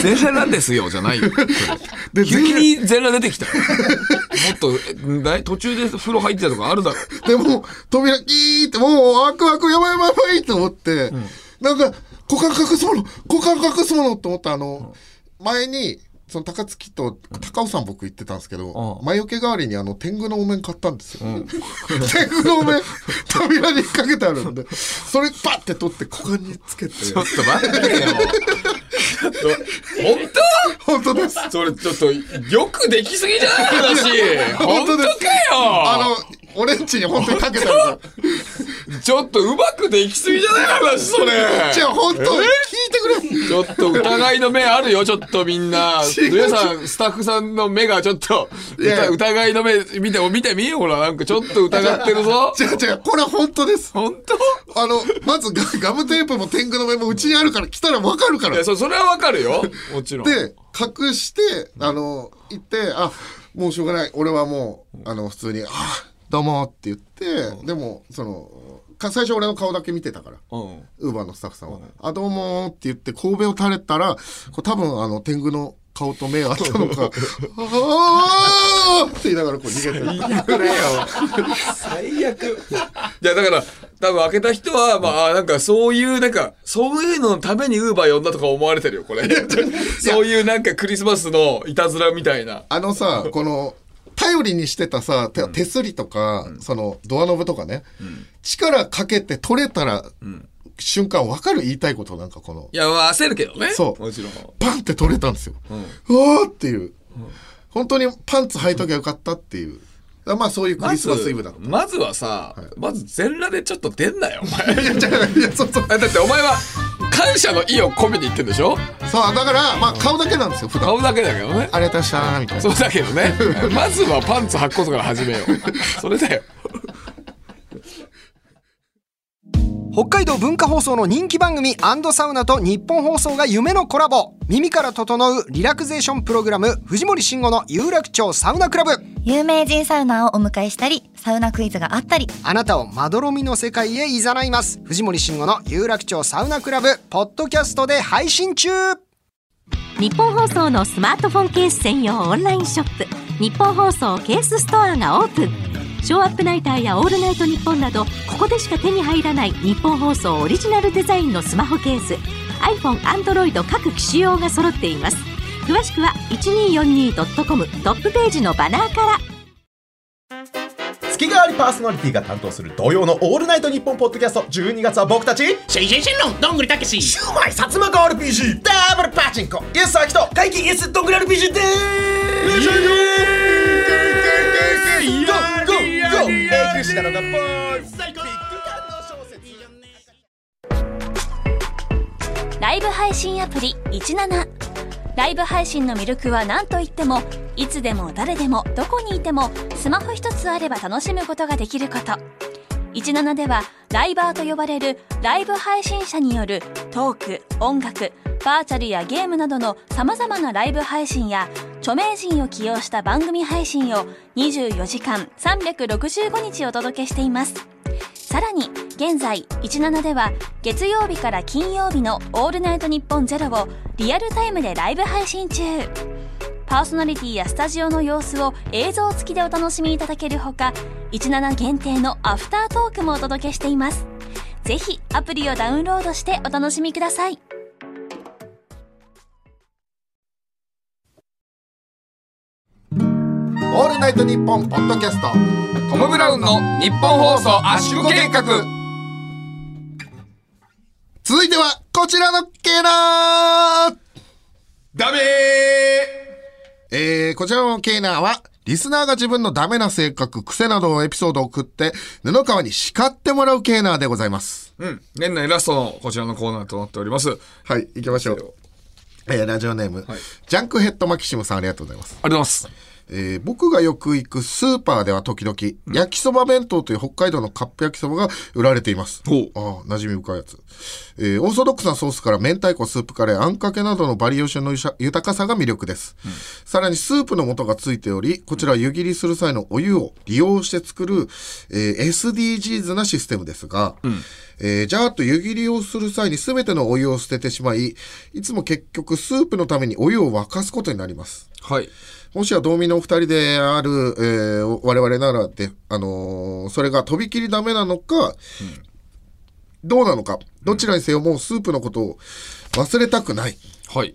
Speaker 3: 全裸なんですよじゃないよ
Speaker 2: で
Speaker 3: 急
Speaker 2: 全裸
Speaker 3: に全裸出てきたよもっとえない途中で風呂入ってたとかあるだろ
Speaker 2: でも、扉キーって、もう、開く開く、やばいやばいやばいと思って、なんか、股間隠すもの、股間隠すものと思ったあの、前に、その高槻と高尾山僕行ってたんですけど、
Speaker 3: うん
Speaker 2: 魔除け代わりにあの天狗のお面買ったんですよ。 天狗のお面、扉に引っ掛けてあるんで、それパッて取って股間につけて、
Speaker 3: ちょっと待ってよ本
Speaker 2: 本当です。
Speaker 3: 当それちょっとよくできすぎじゃない話本当かよ
Speaker 2: あの、オレンジに本当にかけたんですよ。
Speaker 3: ちょっとうまくできすぎじゃない話それ
Speaker 2: じゃあ本当、聞いてくれ。
Speaker 3: ちょっと疑いの目あるよ、ちょっとみんな。皆さん、スタッフさんの目がちょっと、う
Speaker 2: やいや
Speaker 3: た疑いの目見て、見てみほら、なんかちょっと疑ってるぞ。
Speaker 2: じゃあじゃあこれ本当です。
Speaker 3: 本当
Speaker 2: あの、まずガガムテープも天狗の目もうちにあるから来たらわかるから。
Speaker 3: い
Speaker 2: で
Speaker 3: や、、そそれはわかるよ。もちろん。
Speaker 2: 隠して、あの、行って、あ、もうしょうがない。俺はもう、あの、普通に、あ、どうもって言って、でも、その、か最初俺の顔だけ見てたから。
Speaker 3: うん。
Speaker 2: ウーバーのスタッフさんは「あどうも」って言って神戸を垂れたらこう多分あの天狗の顔と目があったのか「ああ!」って言いながらこう逃げてる
Speaker 3: いや、だから、多分開けた人は、まああ、なんかそういう、なんか、そういうののためにウーバー呼んだとか思われてるよ、これ。そういうなんかクリスマスのいたずらみたいな。
Speaker 2: あのさ、この、頼りにしてたさ、手手すりとか、その、ドアノブとかね、力かけて取れたら、瞬間わかる言いたいこと、なんかこの
Speaker 3: い、や、まあ焦るけどね。
Speaker 2: そう
Speaker 3: もちろん。
Speaker 2: パンって取れたんですよ。うわーっていう。本当にパンツ履いときゃよかったっていう。だからまあそういうク
Speaker 3: ま
Speaker 2: リス
Speaker 3: ず
Speaker 2: マスイブだった。
Speaker 3: まずはさ、まず全裸でちょっと出んなよ、お 前。
Speaker 2: いや、じゃあいや、そうそう。
Speaker 3: えだってお前は感謝の意を込めに言ってんでしょ
Speaker 2: そう、だから、まあ顔だけなんですよ、普段。
Speaker 3: 顔だけだけどね
Speaker 2: ありがとうございましたーみたいな
Speaker 3: そ。うだけど ねまずはパンツ履くことから始めよ うそれだよ
Speaker 6: 北海道文化放送の人気番組サウナと日本放送が夢のコラボ耳から整うリラクゼーションプログラム藤森慎吾の有楽町サウナクラブ
Speaker 7: 有名人サウナーをお迎えしたりサウナクイズがあったり
Speaker 6: あなたをまどろみの世界へいざないます藤森慎吾の有楽町サウナクラブポッドキャストで配信中
Speaker 8: 日本放送のスマートフォンケース専用オンラインショップ日本放送ケースストアがオープンショーアップナイターやオールナイトニッポンなどここでしか手に入らない日本放送オリジナルデザインのスマホケース iPhone、Android 各機種用が揃っています詳しくは 1242.com トップページのバナーから
Speaker 9: わりパーソナリティが担当する土曜のオールナイトニッポンポッドキャスト12月は僕たち
Speaker 10: シェイシェイシェンロンどんぐりたけし
Speaker 9: シュウマイ薩摩川 RPG ダブルパチンコイエスアキト怪奇イエスどんぐり RPG でーすゴーゴーゴー永久歯科の学
Speaker 1: ライブ配信アプリ17ライブ配信の魅力は何といってもいつでも誰でもどこにいてもスマホ一つあれば楽しむことができること17ではライバーと呼ばれるライブ配信者によるトーク音楽バーチャルやゲームなどのさまざまなライブ配信や著名人を起用した番組配信を24時間365日お届けしていますさらに現在17では月曜日から金曜日の「オールナイトニッポンゼロをリアルタイムでライブ配信中パーソナリティやスタジオの様子を映像付きでお楽しみいただけるほか17限定のアフタートークもお届けしていますぜひアプリをダウンロードしてお楽しみください
Speaker 2: オールナイトニッポンポッドキャスト
Speaker 3: トム・ブラウンの日本放送圧縮計画
Speaker 2: 続いてはこちらのケナー
Speaker 3: ダメ
Speaker 2: えー、こちらのケーナーは、リスナーが自分のダメな性格、癖などのエピソードを送って、布川に叱ってもらうケーナーでございます。
Speaker 3: うん。年内ラストのこちらのコーナーとなっております。
Speaker 2: はい、行きましょう。えー、ラジオネーム、ジャンクヘッドマキシムさんありがとうございます。
Speaker 3: ありがとうございます。
Speaker 2: えー僕がよく行くスーパーでは時々、焼きそば弁当という北海道のカップ焼きそばが売られています。ああ、馴染み深いやつ。えーオーソドックスなソースから明太子、スープカレー、あんかけなどのバリエーションのゆしゃ豊かさが魅力です。さらにスープの素がついており、こちらは湯切りする際のお湯を利用して作る、えー SDGs なシステムですが、えージャーッと湯切りをする際に全てのお湯を捨ててしまい、いつも結局スープのためにお湯を沸かすことになります。
Speaker 3: はい。
Speaker 2: もしは道民のお二人である、えー我々ならで、あのーそれがとびきりダメなのか、どうなのか、どちらにせよもうスープのことを忘れたくない。
Speaker 3: はい。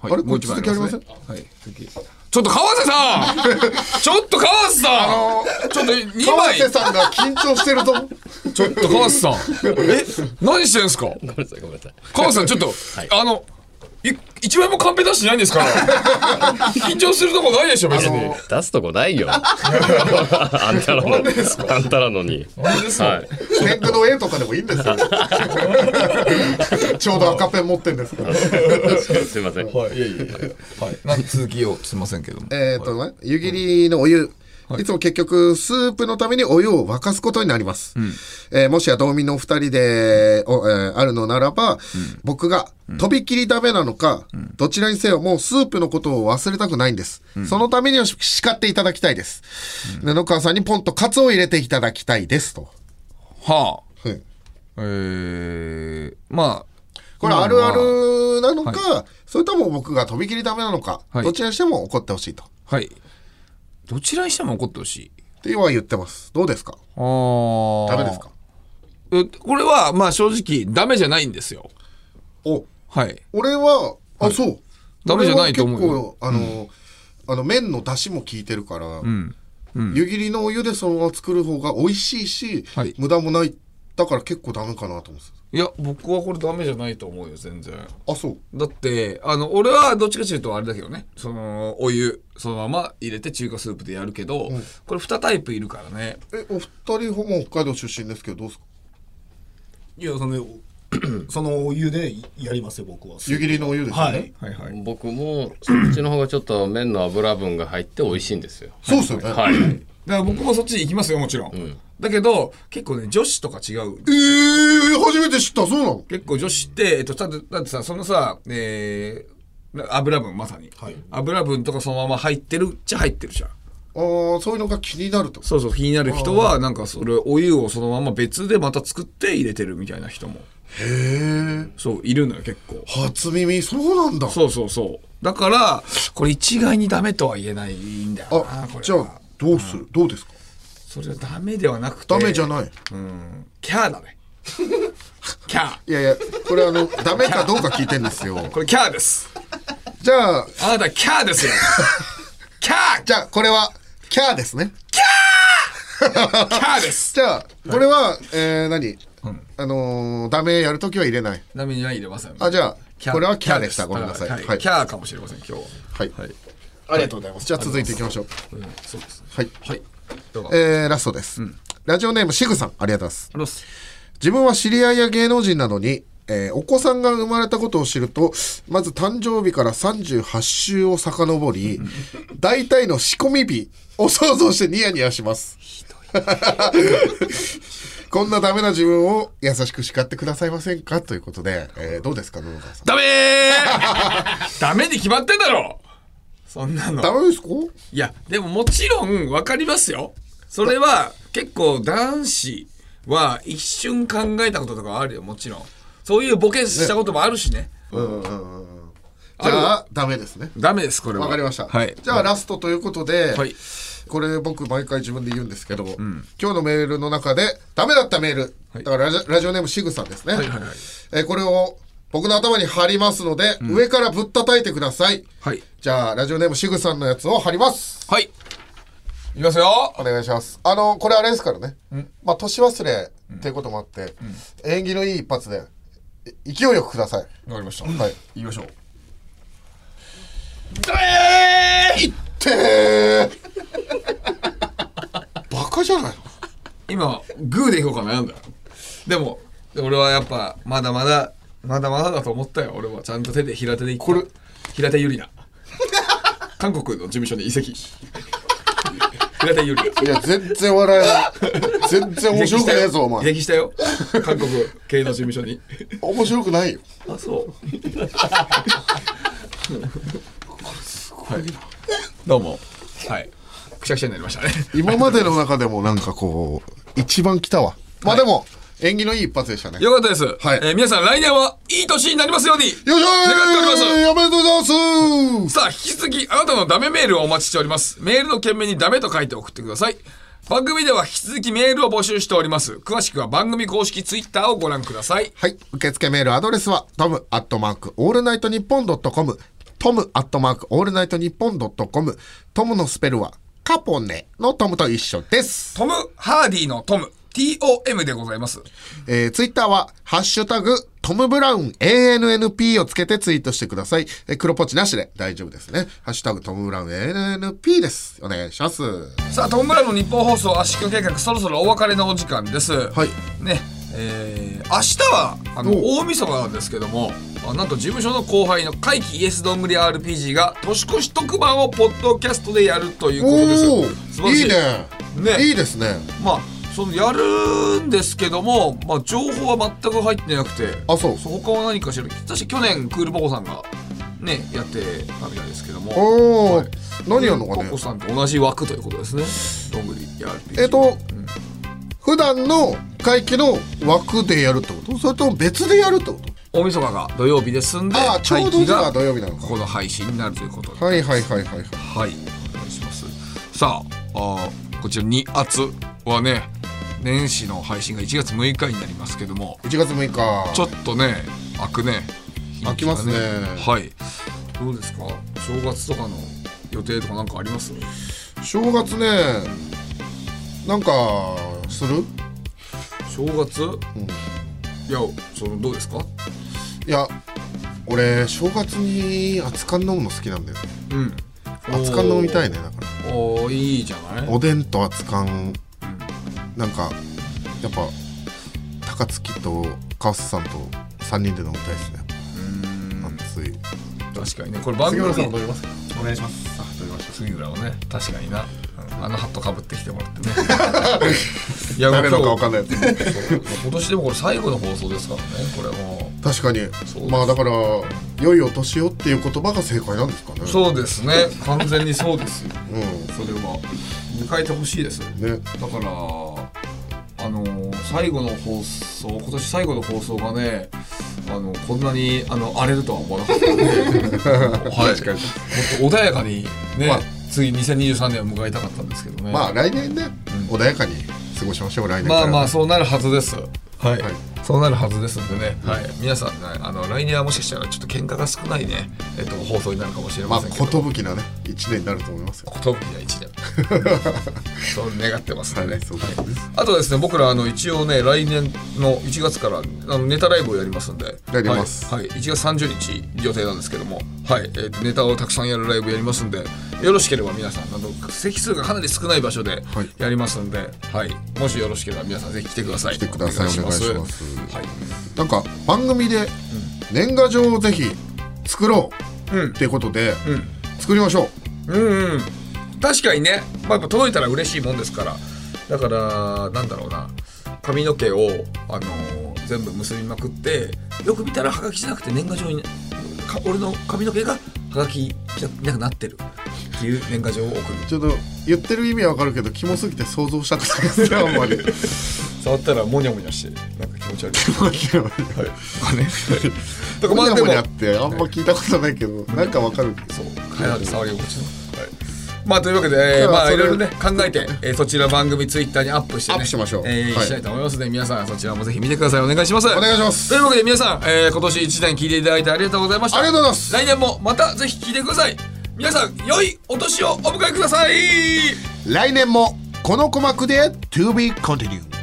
Speaker 3: はい
Speaker 2: あれ
Speaker 3: も
Speaker 2: も
Speaker 3: う
Speaker 2: う
Speaker 3: 一
Speaker 2: 一続
Speaker 3: 枚
Speaker 2: きありませ
Speaker 3: あ
Speaker 2: ん
Speaker 3: りはい。ちょっと川瀬 さんちょっと川瀬さん、ちょっと2枚
Speaker 2: 川瀬さんが緊張してるぞ。
Speaker 3: ちょっと川瀬さんえ何してんすかごめんなさいごめんなさい川瀬さんちょっと、あのい一枚もカンペ出してないんですから 緊張するとこないでしょ別に
Speaker 4: 出すとこないよ。あんたらの、あんたらのに。はい。
Speaker 2: 天狗の絵とかでもいいんですよ。ちょうど赤ペン持ってんですから。
Speaker 4: すいません。
Speaker 3: いやいやいやはいなんか続きをすいませんけども
Speaker 2: えーっとね、湯切りのお湯。い、つも結局、スープのためにお湯を沸かすことになります。えーもしや道民のお二人で、おえーあるのならば、僕が、とびきりダメなのか、どちらにせよもうスープのことを忘れたくないんです。そのためにはし叱っていただきたいです。布川さんにポンとカツを入れていただきたいですと。
Speaker 3: は
Speaker 2: あ、はい
Speaker 3: えー、まあ
Speaker 2: これ
Speaker 3: ま
Speaker 2: あるあ
Speaker 3: ま
Speaker 2: るなのか、それとも僕がとびきりダメなのか、
Speaker 3: はい
Speaker 2: どちらにしても怒ってほしいと。っ
Speaker 3: あはいどちらにしても怒ってほしい
Speaker 2: ていうのは言ってます。どうですか
Speaker 3: あー
Speaker 2: ダメですか
Speaker 3: えこれはまあ正直ダメじゃないんですよ
Speaker 2: お
Speaker 3: はい
Speaker 2: 俺は、あ、そう。
Speaker 3: ダメじゃないと思うよ
Speaker 2: 俺は結構、あの、あの麺の出汁も効いてるから、
Speaker 3: うんうん
Speaker 2: 湯切りのお湯でそのまま作る方が美味しいし、
Speaker 3: はい
Speaker 2: 無駄もない。だから結構ダメかなと思って
Speaker 3: いや僕はこれダメじゃないと思うよ全然
Speaker 2: た。あ、そう。
Speaker 3: だってあの俺はどっちかというとあれだけどねそのお湯そのまま入れて中華スープでやるけど、これ2タイプいるからね
Speaker 2: え、お二人ほぼ北海道出身ですけど、どうですか
Speaker 5: いやそのそのお 湯でやりますよ僕は
Speaker 2: 湯切りのお湯ですよね。
Speaker 5: はい
Speaker 3: はいはい
Speaker 4: 僕も、そっちの方がちょっと麺の油分が入って美味しいんですよ。
Speaker 2: そうですよね。
Speaker 4: はい。
Speaker 3: だから僕もそっちに行きますよもちろん、
Speaker 4: ん
Speaker 3: だけど結構ね女子とか違う
Speaker 2: えー、初めて知った、そうなの
Speaker 3: 結構女子って、えっと、だってだってさそのさ、えー油分まさに、油分とかそのまま入ってるっちゃ入ってるじゃん
Speaker 2: ああ、そういうのが気になるってこと
Speaker 3: そうそう気になる人はなんかそれお湯をそのまま別でまた作って入れてるみたいな人も
Speaker 2: へえ。
Speaker 3: そういるのよ結構
Speaker 2: 初耳、そうなんだ。
Speaker 3: そうそうそう。だから、これ一概にダメとは言えないんだよな、
Speaker 2: あ
Speaker 3: こ、れ
Speaker 2: じゃ
Speaker 3: は。
Speaker 2: あ、どうするどうですか
Speaker 3: それはダメではなくて。
Speaker 2: ダメじゃない。
Speaker 3: うん。キャーだね。キャー。
Speaker 2: いやいや、これあの、ダメかどうか聞いてんですよ。
Speaker 3: これキャーです。
Speaker 2: じゃあ、
Speaker 3: あなたキャーですよ。キャー
Speaker 2: じゃあ、これは、キャーですね。キ
Speaker 3: ャーです。
Speaker 2: じゃあ、これは、えー、何あのー、ダメやるときは入れない。
Speaker 3: ダメには入れません。
Speaker 2: あ、じゃあ
Speaker 3: キャ、ー
Speaker 2: これはキャーでし
Speaker 3: キ
Speaker 2: た。
Speaker 3: ャーで
Speaker 2: ご
Speaker 3: す
Speaker 2: めんなさい。
Speaker 3: はい
Speaker 2: はい
Speaker 3: キャーかもしれません、今日は。
Speaker 2: はい。
Speaker 5: ありがとうございます
Speaker 2: じゃあ、続いていきましょう。
Speaker 3: うん、そうです。
Speaker 2: はい。
Speaker 3: はい。どうぞ
Speaker 2: えー、ラストです、ラジオネームシグさん、ありがとうございます。
Speaker 3: ロス。
Speaker 2: 自分は知り合いや芸能人などに、えーお子さんが生まれたことを知るとまず誕生日から38週を遡り大体の仕込み日を想像してニヤニヤします。 こんなダメな自分を優しく叱ってくださいませんかということで、えーどうですか野々村さん。
Speaker 3: ダメー ダメに決まってんだろそんなの。
Speaker 2: ダメですか
Speaker 3: いや、でももちろん分かりますよ。それは結構男子は一瞬考えたこととかあるよ、もちろん。そういうボケしたこともあるしね。
Speaker 2: うんうんうんうんじゃあダメですね。
Speaker 3: ダメです、これは。
Speaker 2: わかりました。
Speaker 3: はい。
Speaker 2: じゃあラストということで、
Speaker 3: はい。
Speaker 2: これ僕毎回自分で言うんですけど、今日のメールの中でダメだったメール、
Speaker 3: はい
Speaker 2: だからラジラジオネームシグさんですね、
Speaker 3: はいはいはい。
Speaker 2: えーこれを僕の頭に貼りますので、上からぶったたいてください
Speaker 3: はい。
Speaker 2: じゃあラジオネームシグさんのやつを貼ります
Speaker 3: はい。いきますよ。
Speaker 2: お願いしますあのこれあれですからね、まあ年忘れっていうこともあって、縁起のいい一発でい勢いよくください
Speaker 3: わかりました。
Speaker 2: はい
Speaker 3: 行きましょう。
Speaker 2: てーバカじゃないの
Speaker 3: 今、グーでいこうか悩んだ。でも、で俺はやっぱ、まだまだ、まだまだだと思ったよ。俺はちゃんと手で平手でいこれ、平手ゆりな。韓国の事務所に移籍。平手ゆりな。
Speaker 2: いや全然笑えない全然面白くねえぞお前
Speaker 3: 激したよ韓国系の事務所に
Speaker 2: 面白くないよ
Speaker 3: あそうはい、どうもはいくしゃくしゃになりましたね
Speaker 2: 今までの中でもなんかこう一番来たわまあでも、縁起のいい一発でしたねよ
Speaker 3: よかったです、
Speaker 2: はい
Speaker 3: えー皆さん来年はいい年になりますように
Speaker 2: いしょ
Speaker 3: 願っており
Speaker 2: ーおめでとうございます
Speaker 3: さあ引き続きあなたのダメメールをお待ちしておりますメールの件名にダメと書いて送ってください番組では引き続きメールを募集しております詳しくは番組公式ツイッターをご覧ください
Speaker 2: はい受付メールアドレスはトムアットマークオールナイトニッポンドットコムトムアットマークオールナイトニッポンドットコムトムのスペルはカポネのトムと一緒です
Speaker 3: トム・ハーディのトム TOM でございます
Speaker 2: えー、ツイッターは、ハッシュタグ、トム・ブラウン ANNP をつけてツイートしてください。えー黒ポチなしで大丈夫ですね。ハッシュタグ、トム・ブラウン ANNP です。お願いします。
Speaker 3: さあトム・ブラウンの日本放送圧縮計画そろそろお別れのお時間です
Speaker 2: はい
Speaker 3: ねえー明日はあの
Speaker 2: お
Speaker 3: 大晦日なんですけどもあなんと事務所の後輩の怪奇イエスどんぐり RPG が年越し特番をポッドキャストでやるということです
Speaker 2: お
Speaker 3: 素晴
Speaker 2: お
Speaker 3: らし
Speaker 2: い
Speaker 3: い
Speaker 2: いね
Speaker 3: ね
Speaker 2: いいですね。
Speaker 3: まあそのやるんですけども、まあ、情報は全く入ってなくて
Speaker 2: あ、そう。
Speaker 3: そう他は何かしら確か去年クールポコさんがねやってたみたいですけども
Speaker 2: おお、
Speaker 3: はい
Speaker 2: 何やるのか
Speaker 3: コ
Speaker 2: ね
Speaker 3: コ。さんと同じ枠ということですね。どんぐりやる。
Speaker 2: えっ、と、普段の会期の枠でやるってことそれとも別でやるってこと
Speaker 3: 大晦日が土曜日ですんで、
Speaker 2: ああ、ちょうどじゃあ
Speaker 3: 待機
Speaker 2: 土曜日なの
Speaker 3: こ
Speaker 2: か。
Speaker 3: この配信になるということで。
Speaker 2: はいはいはいはいはい。
Speaker 3: はい、お願いします。さあ、あーこちら2圧はね、年始の配信が1月6日になりますけども、
Speaker 2: 1月6日。
Speaker 3: ちょっとね、開くね。
Speaker 2: 開きますね
Speaker 3: はい。どうですか正月とかの予定とかなんかあります
Speaker 2: 正月ね、なんか、する
Speaker 3: 正月、いや、その、どうですか
Speaker 2: いや俺正月に熱燗飲むの好きなんだよね
Speaker 3: うん。
Speaker 2: 熱燗飲みたいねだか
Speaker 3: おー。おーいいじゃない
Speaker 2: らおでんと熱燗なんかやっぱ高槻と川瀬さんと3人で飲みたいですね熱い
Speaker 3: 確かにねこれ番組
Speaker 2: 飲みますか
Speaker 5: お願いします
Speaker 3: 杉浦はね確かにな、あのハットかぶってきてもら ってねいや
Speaker 2: 誰のか分か
Speaker 3: 今
Speaker 2: んないやつ
Speaker 3: 日今年でもこれ最後の放送ですからねこれも
Speaker 2: 確か
Speaker 3: そう
Speaker 2: にまあだから「良いお年を」っていう言葉が正解なんですかね
Speaker 3: うそうですね完全にそうですよ
Speaker 2: うん
Speaker 3: それは迎えてほしいですだか
Speaker 2: ね
Speaker 3: らあのー最後の放送今年最後の放送がねあのこんなにあの荒れるとは思わなかったので、 はい、もっと穏やかにね、
Speaker 2: まあ
Speaker 3: 次2023年を迎えたかったんですけどね
Speaker 2: まあ来年ね穏やかに過ごしましょう来年か
Speaker 3: まあ
Speaker 2: ら
Speaker 3: まあそうなるはずです。はい。そうなるはずですのでね、はい、皆さん、ね、あの来年はもしかしたらちょっと喧嘩が少ないね、えっと、放送になるかもしれ
Speaker 2: ま
Speaker 3: ま
Speaker 2: あ
Speaker 3: せんけ
Speaker 2: 寿
Speaker 3: ど、
Speaker 2: なね一年になると思いますよ
Speaker 3: 寿な 一年そう願ってますね、
Speaker 2: そうですね
Speaker 3: あとですね僕らあの一応ね来年の1月からあのネタライブをやりますんで
Speaker 2: やります
Speaker 3: はい、はい、1月30日予定なんですけども、はいえーとネタをたくさんやるライブやりますんでよろしければ皆さんあの席数がかなり少ない場所でやりますんで、はいもしよろしければ皆さんぜひ来てください来てく
Speaker 2: ださいお願いします
Speaker 3: はい
Speaker 2: なんか番組で年賀状をぜひ作ろうっていうことで、作りましょ
Speaker 3: ううんうん確かにね、まあ、やっぱ届いたら嬉しいもんですからだからなんだろうな髪の毛を、あのー全部結びまくってよく見たらハガキじゃなくて年賀状にか俺の髪の毛がハガキじゃなくなってるっていう年賀状を送る
Speaker 2: ちょっと言ってる意味はわかるけどキモすぎて想像したくないです ねあんまり
Speaker 3: 触ったらモニャモニャしてなんか気持ち悪 いはいとかねと
Speaker 2: とか
Speaker 3: かま
Speaker 2: ま
Speaker 3: あ
Speaker 2: あ
Speaker 3: で
Speaker 2: で
Speaker 3: も
Speaker 2: もやってあんま聞いたことないけど、なんかわかる
Speaker 3: そうかなり触り心地のはいまあというわけで、えー
Speaker 2: じゃあ
Speaker 3: まあ
Speaker 2: そ
Speaker 3: い
Speaker 2: れ
Speaker 3: ろいろね考えて、えーそちら番組ツイッターにアップしてね
Speaker 2: アップしましょう
Speaker 3: えー
Speaker 2: はい
Speaker 3: したいと思いますので皆さんそちらもぜひ見てくださいお願いしますお願いしますというわけで皆さん、えー今年一年聞いていただいてありがとうございましたありがとうございます来年もまたぜひ聞いてください皆さん良いお年をお迎えください
Speaker 2: 来年もこの鼓膜で To be continued